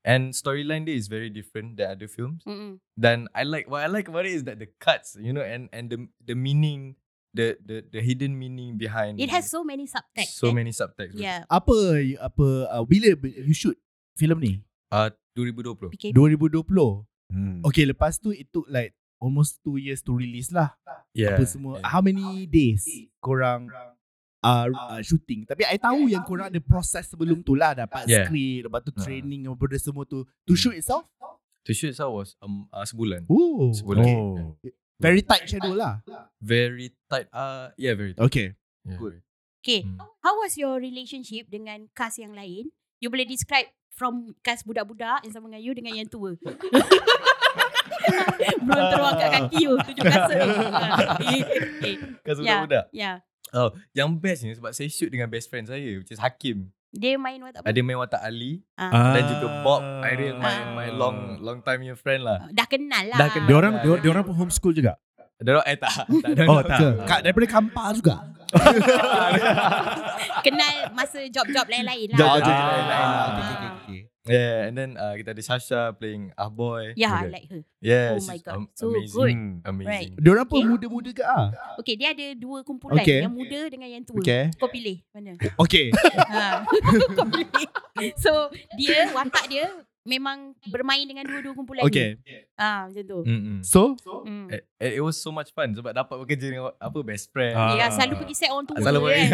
And storyline dia is very different than other films.
Mm.
Dan I like what I like about it is that the cuts, you know, and and the the meaning, the the the hidden meaning behind.
It has so many subtext. eh?
so many subtext.
Yeah,
apa apa uh, bila you shoot filem ni?
Uh, 2020.
PKP.
2020.
Hmm.
Okay, lepas tu it took like almost 2 years to release lah.
Yeah.
Apa semua. How many days korang uh, uh, shooting? Tapi I tahu yang korang ada proses sebelum tu lah dapat
Yeah.
script, lepas tu
Ah.
training apa benda semua tu. To shoot itself?
To shoot itself was um, uh, sebulan.
Oh.
Sebulan.
Okay. Very tight schedule lah.
Very tight. Uh, yeah, very tight.
Okay.
Yeah.
Good.
Okay.
Hmm.
How was your relationship dengan cast yang lain? You boleh describe from cast budak-budak yang sama dengan you dengan yang tua. Belum terangkat
Ah.
kaki you tunjuk kasut. Ah, okay. Ya,
Kan
Yeah.
budak-budak.
Yeah.
Oh, yang best ni sebab saya shoot dengan best friend saya which is Hakim.
Dia main what apa?
Ada main watak Ali
Ah.
dan juga Bob Ariel my
Ah.
my long long time your friend lah.
Dah kenal lah.
Dah kenal.
Dia orang dia orang pun homeschool juga.
Dorang eh tak. tak dorang-
Oh, tak.
Ke, Kak daripada Kampar juga.
kenal masa job-job lain-lain lah.
Job-job
Ah.
lain-lain lah.
Ah.
Okay, okay, okay.
Yeah, and then uh, kita ada Sasha playing Ah Boy.
Yeah, I
Okay.
ya, like her.
Yeah,
Oh
she's
my God,
am-
so
amazing.
good.
Amazing.
Right.
Diorang pun muda-muda ke ah?
Okay, dia ada dua kumpulan.
Okay.
Yang muda dengan yang tua.
Okay.
Kau pilih mana?
Okay.
ha. Kau pilih. So, dia, watak dia memang bermain dengan dua-dua kumpulan
Okay.
ni. Ha, macam tu.
Mm-mm.
So,
Hmm.
It, it was so much fun sebab dapat bekerja dengan apa best friend.
Ah.
Ya, selalu pergi set orang tua.
Selalu
kan?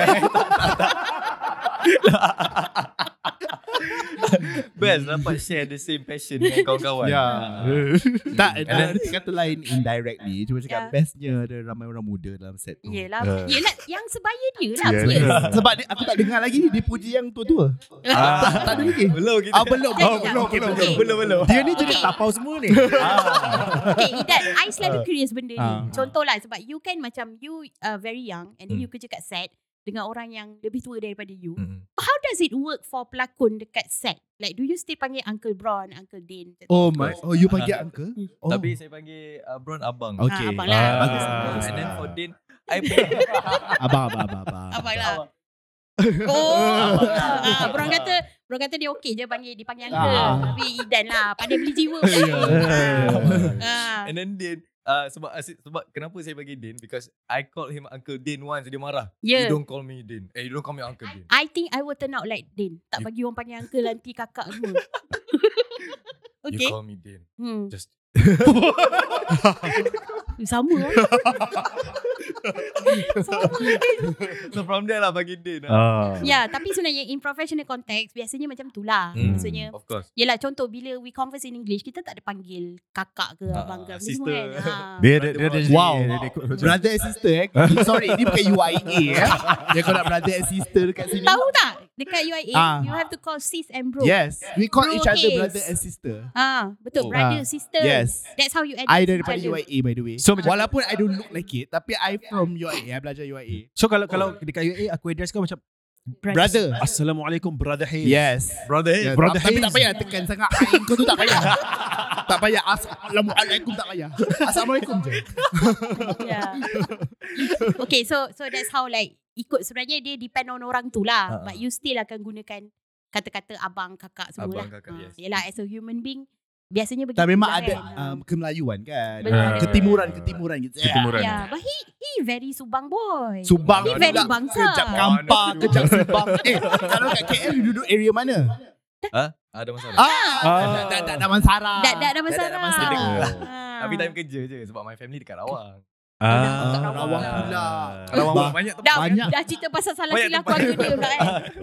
Best dapat share the same passion dengan kawan-kawan.
Yeah. tak,
And
dan
then-
Ya. dia kata lain indirectly. Cuma cakap
Yeah.
bestnya ada ramai orang muda dalam set tu.
Ya. Yelah.
Ah.
Yelah, yang sebaya dia lah.
Yeah.
serious.
Yeah.
Sebab dia, aku tak dengar lagi dia puji yang tua-tua.
Ah.
Tak, tak ada lagi.
Belum kita.
Ah, belum.
Jadi,
Oh,
tak?
belum,
Okay,
belum,
okay.
belum, belum. Dia ni jadi
Okay.
tapau semua ni.
Okay, Idat, Eh, I selalu curious benda ni.
Ah.
Contoh lah, sebab you kan macam you uh, very young and then
Hmm.
you kerja kat set dengan orang yang lebih tua daripada you.
Hmm.
Mm-mm.
How does it work for pelakon dekat set? Like, do you still panggil Uncle Bron, Uncle Din?
Oh my. Oh, you panggil uncle? Oh.
Tapi saya panggil uh, Bron Abang.
Ah,
Okay.
abang lah.
Ah, bagus,
Ah,
bagus.
And then for Din, I panggil
Abang, abang, abang. abang.
Abang lah.
Abang.
Oh,
Abang lah.
ah, Bron kata, Bron kata dia okey je panggil dipanggil uncle.
Ah.
Tapi Idan lah, pandai beli jiwa. Ah.
And then Din, uh, sebab asyik- sebab kenapa saya panggil Din? Because I called him Uncle Din once dia marah.
Yeah.
You don't call me Din. Eh, you don't call me Uncle Din.
I think I will turn out like Din. Tak bagi orang panggil uncle nanti kakak semua.
You
okay.
call me Din.
Hmm.
Just
Sama lah. Sama.
so from there lah panggil Din. Lah.
Ah.
Ya, tapi sebenarnya in professional context biasanya macam tu lah. Hmm.
Hmm.
Maksudnya
Of course.
Yelah contoh bila we converse in English kita tak ada panggil kakak ke
Ah,
abang ke apa
sister.
semua kan. Ha.
Dia dia dia, dia Dia,
Wow.
dia, dia, dia,
Brother and sister eh. Sorry, ni bukan UIA eh. Dia kau nak brother and sister dekat sini.
Tahu tak dekat UIA
Ah.
you have to call sis and bro.
Yes, we call
Bro
each other
case.
brother and sister.
Ah, betul
Oh.
brother
Ah.
sister.
Yes.
That's how you add
I daripada UIA by the way.
So,
So
macam-
walaupun I don't look like it, tapi I from UIA. I belajar UIA.
so kalau kalau dekat UAE aku address kau macam
Brother.
Assalamualaikum brother Hayes.
Yes.
Brother
Yeah,
Brother
tapi, tapi tak
Hafiz.
payah tekan sangat. Ain kau tu tak payah. tak payah. Assalamualaikum tak payah. Assalamualaikum je.
Yeah. Ya. okay, so so that's how like ikut sebenarnya dia depend on orang tu lah.
Ah,
But you still akan gunakan kata-kata abang, kakak semua lah.
Abang, kakak,
Ah,
yes.
Yelah, as a human being biasanya begitu.
Tak memang
lah
ada
kan.
um, kemelayuan kan.
Betul.
Ketimuran, ketimuran gitu.
Ya,
Ketimuran.
yeah, but he he very subang boy.
Subang
He very bangsa.
Kejap Kampar, kejap Subang. Eh, kalau kat KL you duduk area mana?
Ha? Ada masalah?
Ah,
Ah.
dah dah dah Damansara.
Dak Ha. dak nama
Dah- dah
Sarah.
Damansara.
Ah.
Tapi time kerja je sebab my family dekat Rawang.
Ah.
kat
Rawang
lah.
pula.
Kalau
Ba-
awak banyak tempat
Dah,
Banyak.
dah cerita pasal salah
Banyak
silap
tempat.
keluarga dia pula kan.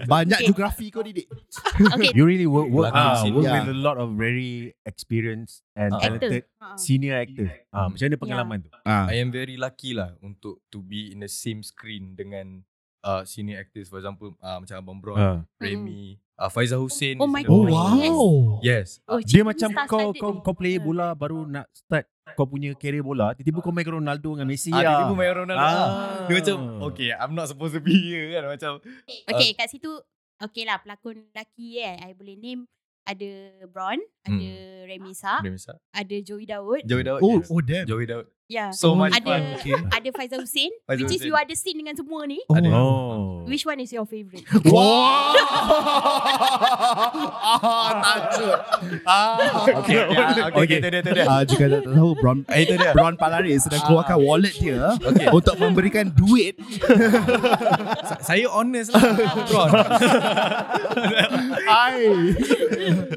Banyak
Okay.
geografi kau didik.
Okay.
You really work, work,
Belakang
ah,
sini.
work
Yeah.
with a lot of very experienced and
Ah.
Actor.
talented
Ha.
senior actors.
Hmm.
Ah, macam mana pengalaman tu?
Ah.
I am very lucky lah untuk to be in the same screen dengan uh, senior actors for example uh, macam Abang Bron,
Ah.
Remy, uh, Faizal Hussein.
Oh
is
my
the
Oh
one.
God.
wow.
Yes.
Oh,
Dia
cerita
macam
star
kau
studded
kau
ni.
kau player
Ha.
bola baru nak start kau punya career bola, tiba-tiba kau main dengan Ronaldo dengan Messi
ya.
Ah, dia
ah.
pun main Ronaldo. Ah. Dia macam okay I'm not supposed to be here kan macam
Okay, kat situ okay lah pelakon lelaki eh. I boleh name ada Bron, ada Remy Sa,
Dia misal
ada Joey Daud.
Joey Daud
Oh,
yes.
oh damn.
Joey Daud
Ya. Yeah.
So much
Ada-
fun okay.
Ada Faizal Hussein,
Faizal
which is you
Hussein.
ada scene dengan semua ni.
Oh.
Ada.
Oh.
Which one is your favourite?
Wow. ah, tajuk. Ah.
Okay, okay, ah, okay, okay.
Okay.
Itu dia, itu dia.
Ah, jika tak tahu Brown
Ah, itu dia.
Brown Palari sedang keluarkan wallet dia
Okay.
untuk memberikan duit.
Sa- Saya honest lah. Bron.
Ai.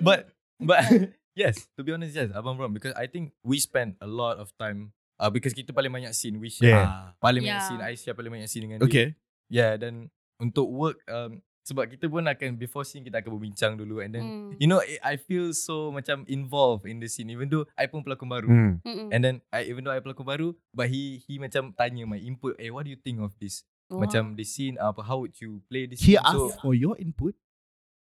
but but yes, to be honest, yes, Abang Brom because I think we spend a lot of time uh, because kita paling banyak scene we share.
Yeah.
Ah.
Paling banyak
Yeah.
scene I share paling banyak scene dengan dia.
Okay.
Yeah, dan untuk work um, sebab kita pun akan before scene kita akan berbincang dulu and then mm.
Hmm.
you know I- I feel so macam involved in the scene even though I pun pelakon baru. Mm.
Hmm.
Mm-mm.
And then I even though I pelakon baru but he he macam tanya my input, "Eh, what do you think of this?"
Oh.
Oh. Macam this scene apa how would you play this
He
scene? So,
asked for your input.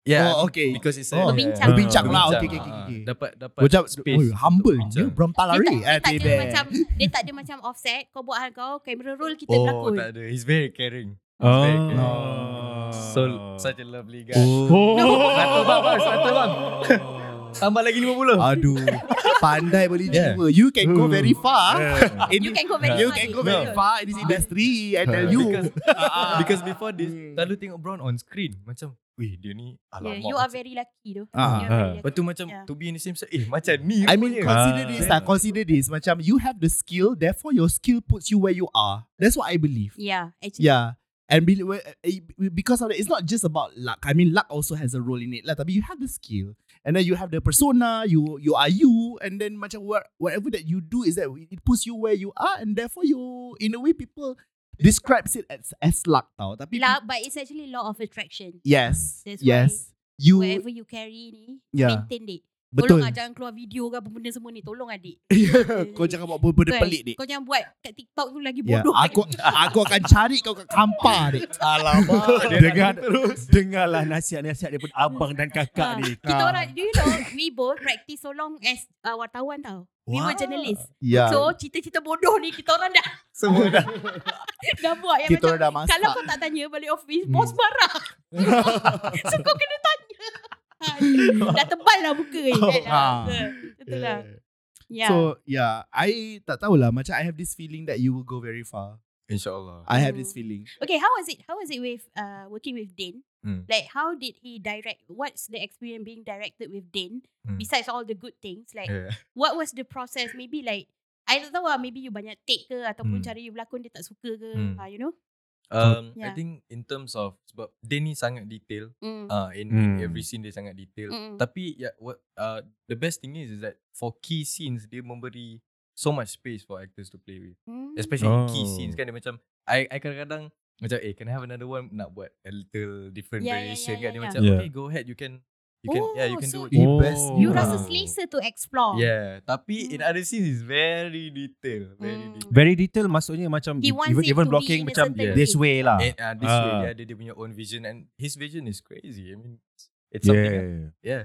yeah.
Oh, okay.
Because it's
Oh.
a,
Berbincang.
Berbincang lah.
Bincang,
Okay, okay, okay.
ah,
okay.
Dapat dapat
Macam oh,
untuk
humble
bincang.
dia Brown Palari.
dia
Eh,
tak, dia tak ada
Tibet.
macam dia tak ada macam offset kau buat hal kau kamera roll kita
Oh
berlakon
tak ada He's very caring
Oh.
Very caring.
No.
So Such a lovely guy
Oh.
Satu bang bang, Satu bang Tambah lagi 50
Aduh. Pandai boleh
Yeah.
jiwa. You can go very
Ah.
far.
Yeah.
In
you
this,
can go very
you
far
can
ni.
go very
Betul.
far in this industry. I tell you.
Kan, Because,
Ah, ah.
because before this
Hmm.
Selalu tengok Brown on screen Macam Wih dia ni
yeah,
Alamak
you are very lucky tu
Ah.
You are very
Ah.
lucky.
Lepas tu macam
Yeah.
To be in the same set Eh macam ni
I mean,
rupanya.
consider
Ah.
this lah. Consider this. Macam you have the skill, therefore your skill puts you where you are. That's what I believe.
yeah actually
Yeah. And be, we- eh, because of that, it's not just about luck. I mean, luck also has a role in it. Lah, tapi you have the skill, and then you have the persona. You you are you, and then macam what, whatever that you do is that it puts you where you are, and therefore you in a way people describes it as as luck. Tau. Tapi
lah but it's actually law of attraction
yes,
That's
yes, you
whatever you carry ni
Yeah.
maintain dik
betul.
tolong lah, jangan keluar video ke apa benda semua ni tolong adik
kau jangan buat benda
Kan?
pelik dek.
kau jangan buat kat TikTok tu lagi
Ya,
bodoh
aku aku akan cari kau kat kampar dek. Alamak.
Dengar dengarlah nasihat-nasihat daripada abang dan
Ah,
kakak ni.
kita orang do you know we both practice so long as uh, wartawan tau we were
Wow.
journalists
Ya.
so cerita-cerita bodoh ni kita orang dah
Semua dah
dah buat yang
Kita
macam
orang dah masak.
Kalau kau tak tanya balik office, bos marah. so kau kena tanya. Ha, dah tebal lah muka ni. Kan?
Ha.
Betul. Betul lah. Yeah.
Eh, So yeah, I tak tahulah macam I have this feeling that you will go very far.
InsyaAllah
I have
Hmm.
this feeling.
okay, how was it? How was it with uh, working with Din?
Hmm.
Like how did he direct? What's the experience being directed with Din?
Hmm.
Besides all the good things, like
Yeah.
what was the process? Maybe like I tak tahu lah Maybe you banyak take ke Ataupun
Hmm.
cara you berlakon Dia tak suka ke
Hmm.
ha, You know
Um,
Yeah.
I think in terms of Sebab dia ni sangat detail
mm.
uh, in, in
Hmm.
every scene dia sangat detail
Mm-mm.
Tapi yeah, what uh, the best thing is is that for key scenes dia memberi so much space for actors to play with.
Mm.
Especially oh.
Oh.
key scenes kan dia macam I I kadang-kadang macam eh can I have another one nak buat a little different
Yeah, yeah,
variation
yeah,
kan dia
yeah,
macam
yeah.
okay go ahead you can you can yeah
ya,
you
Oh,
can
so
do what you
Oh.
You
Ah.
rasa selesa to explore
Yeah, tapi in
Hmm.
other scenes is very detail, very
Hmm.
detail.
Very detail maksudnya macam
He wants
even,
it
even
to be
blocking
in a
macam
certain
this way lah.
And, uh, this way
Ah.
dia ada dia punya own vision and his vision is crazy. I mean it's- it's something.
Yeah.
Yeah. yeah.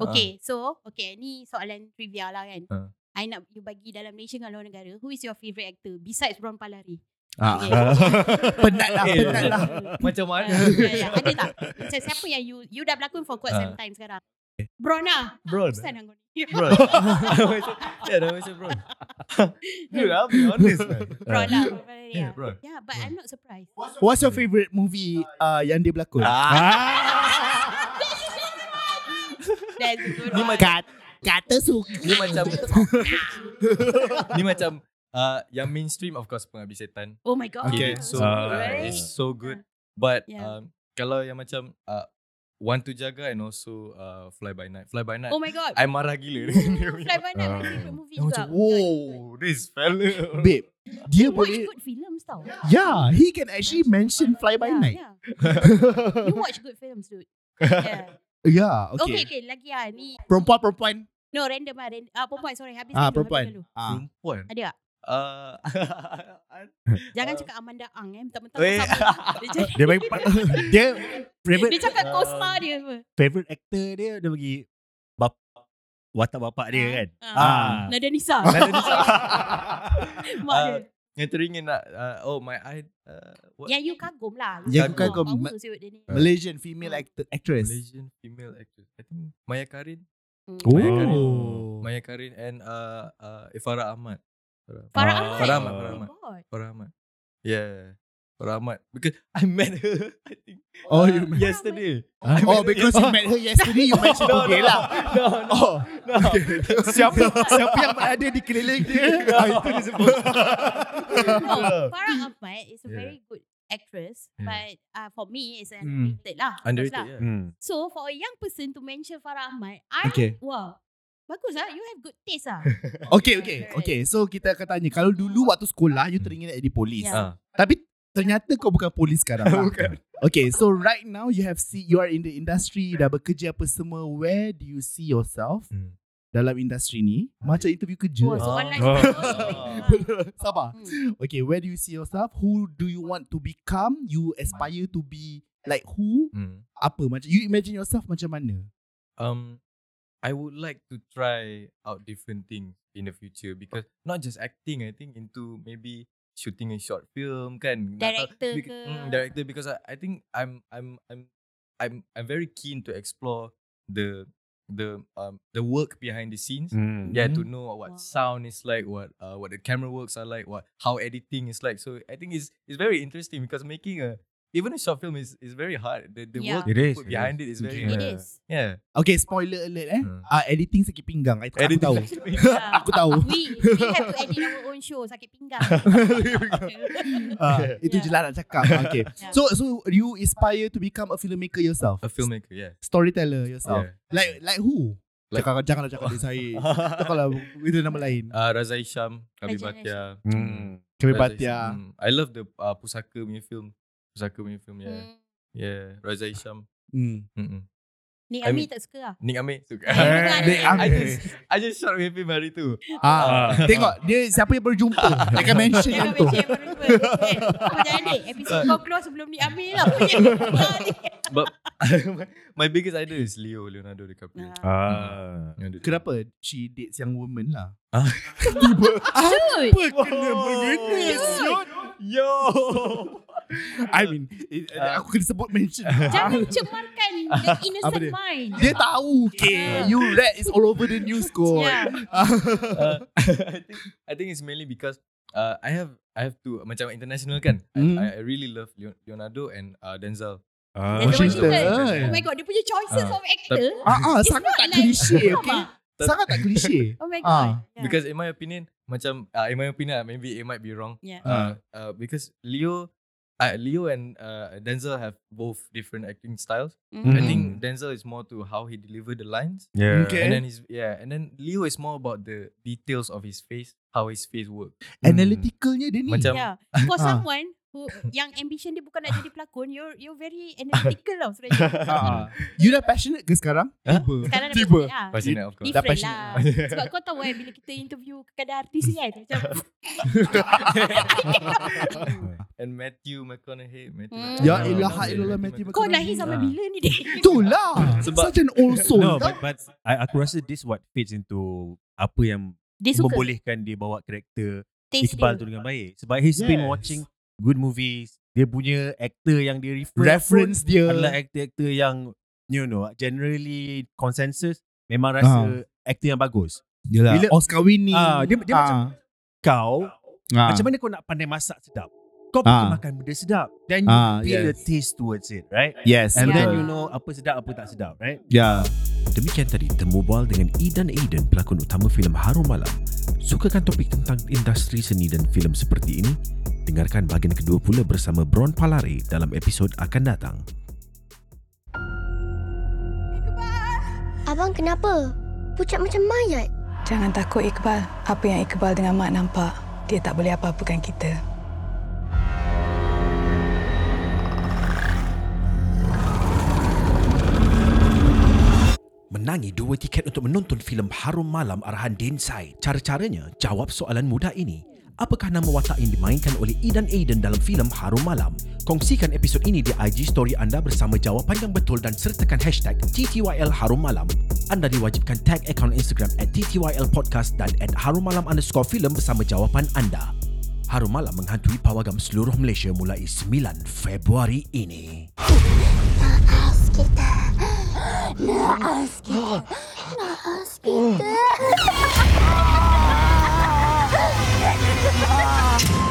uh.
Okay, so okay, ni soalan trivia lah kan.
Ah.
I nak you bagi dalam Malaysia dengan luar negara. Who is your favourite actor besides Ron Palari?
Ah.
Okay.
penat lah,
Eh,
penat lah.
Macam mana?
Ah, ya, ya. Ada tak? Macam siapa yang you you dah berlakon for quite some
Ah.
time sekarang? Brona.
Bro.
Ustaz nak
Bro. yeah, dah macam bro. Dude, I'll be honest, man.
Ah.
Brona.
Yeah,
Yeah,
bro.
yeah, but I'm not surprised.
What's your favourite movie uh, yang dia berlakon?
Ah,
Ah.
That's a good
Ni
one.
Kat, kata suka.
Ni macam Ni macam uh, yang mainstream of course penghabis setan.
Oh my god.
Okay,
It's so
Ah.
uh, it's so good. But
Yeah.
um, kalau yang macam uh, Want to Jaga and also uh, Fly By Night. Fly By Night.
Oh my god.
I marah gila dengan dia punya.
Fly by Night my
Ah.
favorite movie
Dia
juga.
macam, wow.
Oh, this fella.
Babe, dia Ya,
You watch
boleh
good films tau. Ya,
Yeah, he can actually mention Fly By
Yeah,
Night.
yeah. You watch good films dude. Yeah.
Yeah,
Okay. ya. okay,
Ya, okay.
okay. Lagi ah ni.
Perempuan-perempuan.
No, random ah. Random. Ah, perempuan. Sorry. Habis
Ah,
dulu, habis
perempuan.
dulu.
Ah.
Perempuan.
Ada tak?
Uh,
Jangan
Ah.
cakap Amanda Ang eh. Mentang-mentang
Weh.
kau sama. Dia cakap-
Dia bagi dia favorite
Dia cakap
Ah.
Cosma dia apa.
favorite actor dia dia bagi bap, watak bapak dia
Ah,
kan.
ah.
Ah.
Nada Nisa.
Nada Nisa.
Mak
Ah,
dia.
yang teringat nak, uh, oh my eye. Uh, what?
Yang you kagum lah.
Yang
you kagum.
Power siut dia ni.
Malaysian female actor, actress.
Malaysian female actress. I think Maya Karin.
Hmm.
Oh.
Maya Karin. Maya Karin and uh, uh, Farah Ahmad. Farah
Ah.
Farah Ahmad.
Farah Ahmad,
Oh my
Farah Ahmad.
God.
Farah Ahmad. Yeah. Farah Ahmad. Because I met her, I think.
Oh,
uh,
you met-
Yesterday.
Huh? Oh, because you met her yesterday, you mentioned
No,
today
no.
lah.
No, no.
Oh,
no.
siapa siapa yang berada di keliling dia?
No.
Ah, Itu dia sebut.
No, Farah Ahmad is a
Yeah.
very good actress,
Yeah.
but uh, for me, it's
Hmm.
underrated lah. of course
Underrated,
lah.
yeah.
Hmm.
So for a young person to mention Farah Ahmad, I
Okay.
wow, bagus lah. You have good taste lah.
Okay, okay. Okay, so kita akan tanya. Kalau dulu waktu sekolah, you teringat jadi polis.
Yeah.
Ah,
Tapi ternyata kau bukan polis sekarang lah.
Bukan.
Okay, so right now you have see you are in the industry, dah bekerja apa semua. Where do you see yourself
Hmm.
dalam industri ni? Macam interview kerja.
Oh, so
Ah.
online.
Ah.
Oh.
Sabar.
Hmm.
Okay, where do you see yourself? Who do you want to become? You aspire to be like who?
Hmm.
Apa macam you imagine yourself macam mana?
um I would like to try out different things in the future because not just acting, I think into maybe shooting a short film kan. Nak tahu-
Director
bec-
ke?
mm, director because I, I think I'm I'm I'm I'm I'm very keen to explore the the um the work behind the scenes.
Hmm.
Yeah, to
Mhm.
know what
Mm-hmm. Wow.
sound is like, what uh, what the camera works are like, what how editing is like. So I think it's it's very interesting because making a even a short film is is very hard. The the
Yeah.
work
It is,
put
it
behind it is very
It
hard.
is.
yeah.
Okay, spoiler alert eh.
Hmm.
Ah, editing sakit pinggang. I, aku
Editing
tahu.
sakit
Yeah.
aku tahu.
We, we have to edit our own show sakit pinggang.
Ah, itu je lah nak cakap. Ah, Okay.
Yeah.
So so you aspire to become a filmmaker yourself.
A filmmaker, yeah.
storyteller yourself.
Yeah.
Like like who?
Like-
cakap janganlah cakap dari saya. Cakaplah itu nama lain.
Uh, Razai Sham, Abi
Raja
Bhatia.
Hmm.
Kami
Razai
Batia.
Sham. Mm. I love the uh, Pusaka punya film. Pusaka punya film, yeah.
Hmm.
Yeah, Razai Sham.
Hmm.
Mm-mm.
Ni
I
Ami
mean-
tak suka lah.
Nick Amir suka.
Eh, Nick
I
Amir.
just I just shot with him hari tu.
Ah, tengok dia siapa yang berjumpa. Dia akan mention
Dia
yang
kan
tu. Ah.
macam berapa. Eh, Macam adik, episod kau keluar sebelum ni Ami lah. punya.
But my biggest idol is Leo Leonardo DiCaprio.
Ah.
Ah.
You know, the-
Kenapa she dates yang woman lah?
Dude.
Apa kena mengena siot?
Yo.
I mean, it,
Ah.
aku kena sebut mention.
Jangan cemarkan the innocent
Ah. dia?
mind.
dia tahu
Yeah.
okay. You read is all over the news kot.
Yeah.
Uh, I think I think it's mainly because uh, I have I have to macam international kan.
Mm.
I, I really love Leo- Leonardo and uh, Denzel.
Ah.
Denzel Washington.
Washington.
Oh my god, dia punya choices
Ah.
of actor.
Eh, Ah, ah
It's
sangat
not
tak
like-
klise okay.
Faham
tak?
Sangat
Hmm.
tak klise.
tak? Oh my
Ah.
god. Yeah.
Because in my opinion, macam uh, in my opinion, uh, maybe it might be wrong.
Yeah.
Uh, uh, because Leo, uh, Leo and uh, Denzel have both different acting styles. I
Mhm.
think
Mm.
Denzel is more to how he deliver the lines,
Yeah.
Okay.
and then his yeah, and then Leo is more about the details of his face, how his face works.
Hmm.
Analyticalnya dia ni.
Macam
Yeah. Ya. For
Ah.
someone who yang ambition dia bukan nak jadi pelakon, you're you're very analytical lah sebenarnya.
Ah, you dah passionate ke sekarang?
Huh?
Tiba.
Sekarang dah
Tiba.
passionate lah.
passionate, of course.
Dah
Different
passionate.
lah. Sebab kau tahu kan bila kita interview kadang artis ni kan macam
And Matthew McConaughey, Matthew.
Hmm.
McConaughey.
Ya
Ah,
ilaha
Matthew
illallah Matthew
kau lahir sampai
Ah.
bila ni dia?
Itulah.
Sebab-
Such an old soul.
Ah, No, but, but I, aku rasa this what fits into apa yang
Dia suka
membolehkan dia bawa karakter
taste
Iqbal tu
dia.
dengan baik. Sebab he's been
Yes.
watching good movies. Dia punya actor yang dia refer
Reference dia.
pun adalah actor-actor yang you know generally consensus memang rasa
Ah.
actor yang bagus.
Yelah.
Bila-
Oscar winning.
Ah, dia- dia macam- Kau
ah,
Macam mana kau nak pandai masak sedap? Kau pergi
Ah.
makan benda sedap. Then you
Ah,
feel
yes.
the taste towards it, right?
Yes.
And
Yeah.
then you know apa sedap, apa tak sedap, right?
Yeah.
Demikian tadi Temu Bual dengan Idan Aiden, pelakon utama filem Harum Malam. Sukakan topik tentang industri seni dan filem seperti ini? Dengarkan bahagian kedua pula bersama Bron Palare dalam episod akan datang.
Abang kenapa? Pucat macam mayat.
Jangan takut Iqbal. Apa yang Iqbal dengan Mak nampak, dia tak boleh apa-apakan kita.
Menangi dua tiket untuk menonton filem Harum Malam arahan Din Sai. Cara-caranya, jawab soalan mudah ini. Apakah nama watak yang dimainkan oleh Idan Aiden dalam filem Harum Malam? Kongsikan episod ini di IG story anda bersama jawapan yang betul dan sertakan hashtag TTYL Harum Malam. Anda diwajibkan tag akaun Instagram at TTYL Podcast dan at Harum Malam underscore film bersama jawapan anda. Harum Malam menghantui pawagam seluruh Malaysia mulai 9 Februari ini.
Naas kita. Naas kita. Naas kita.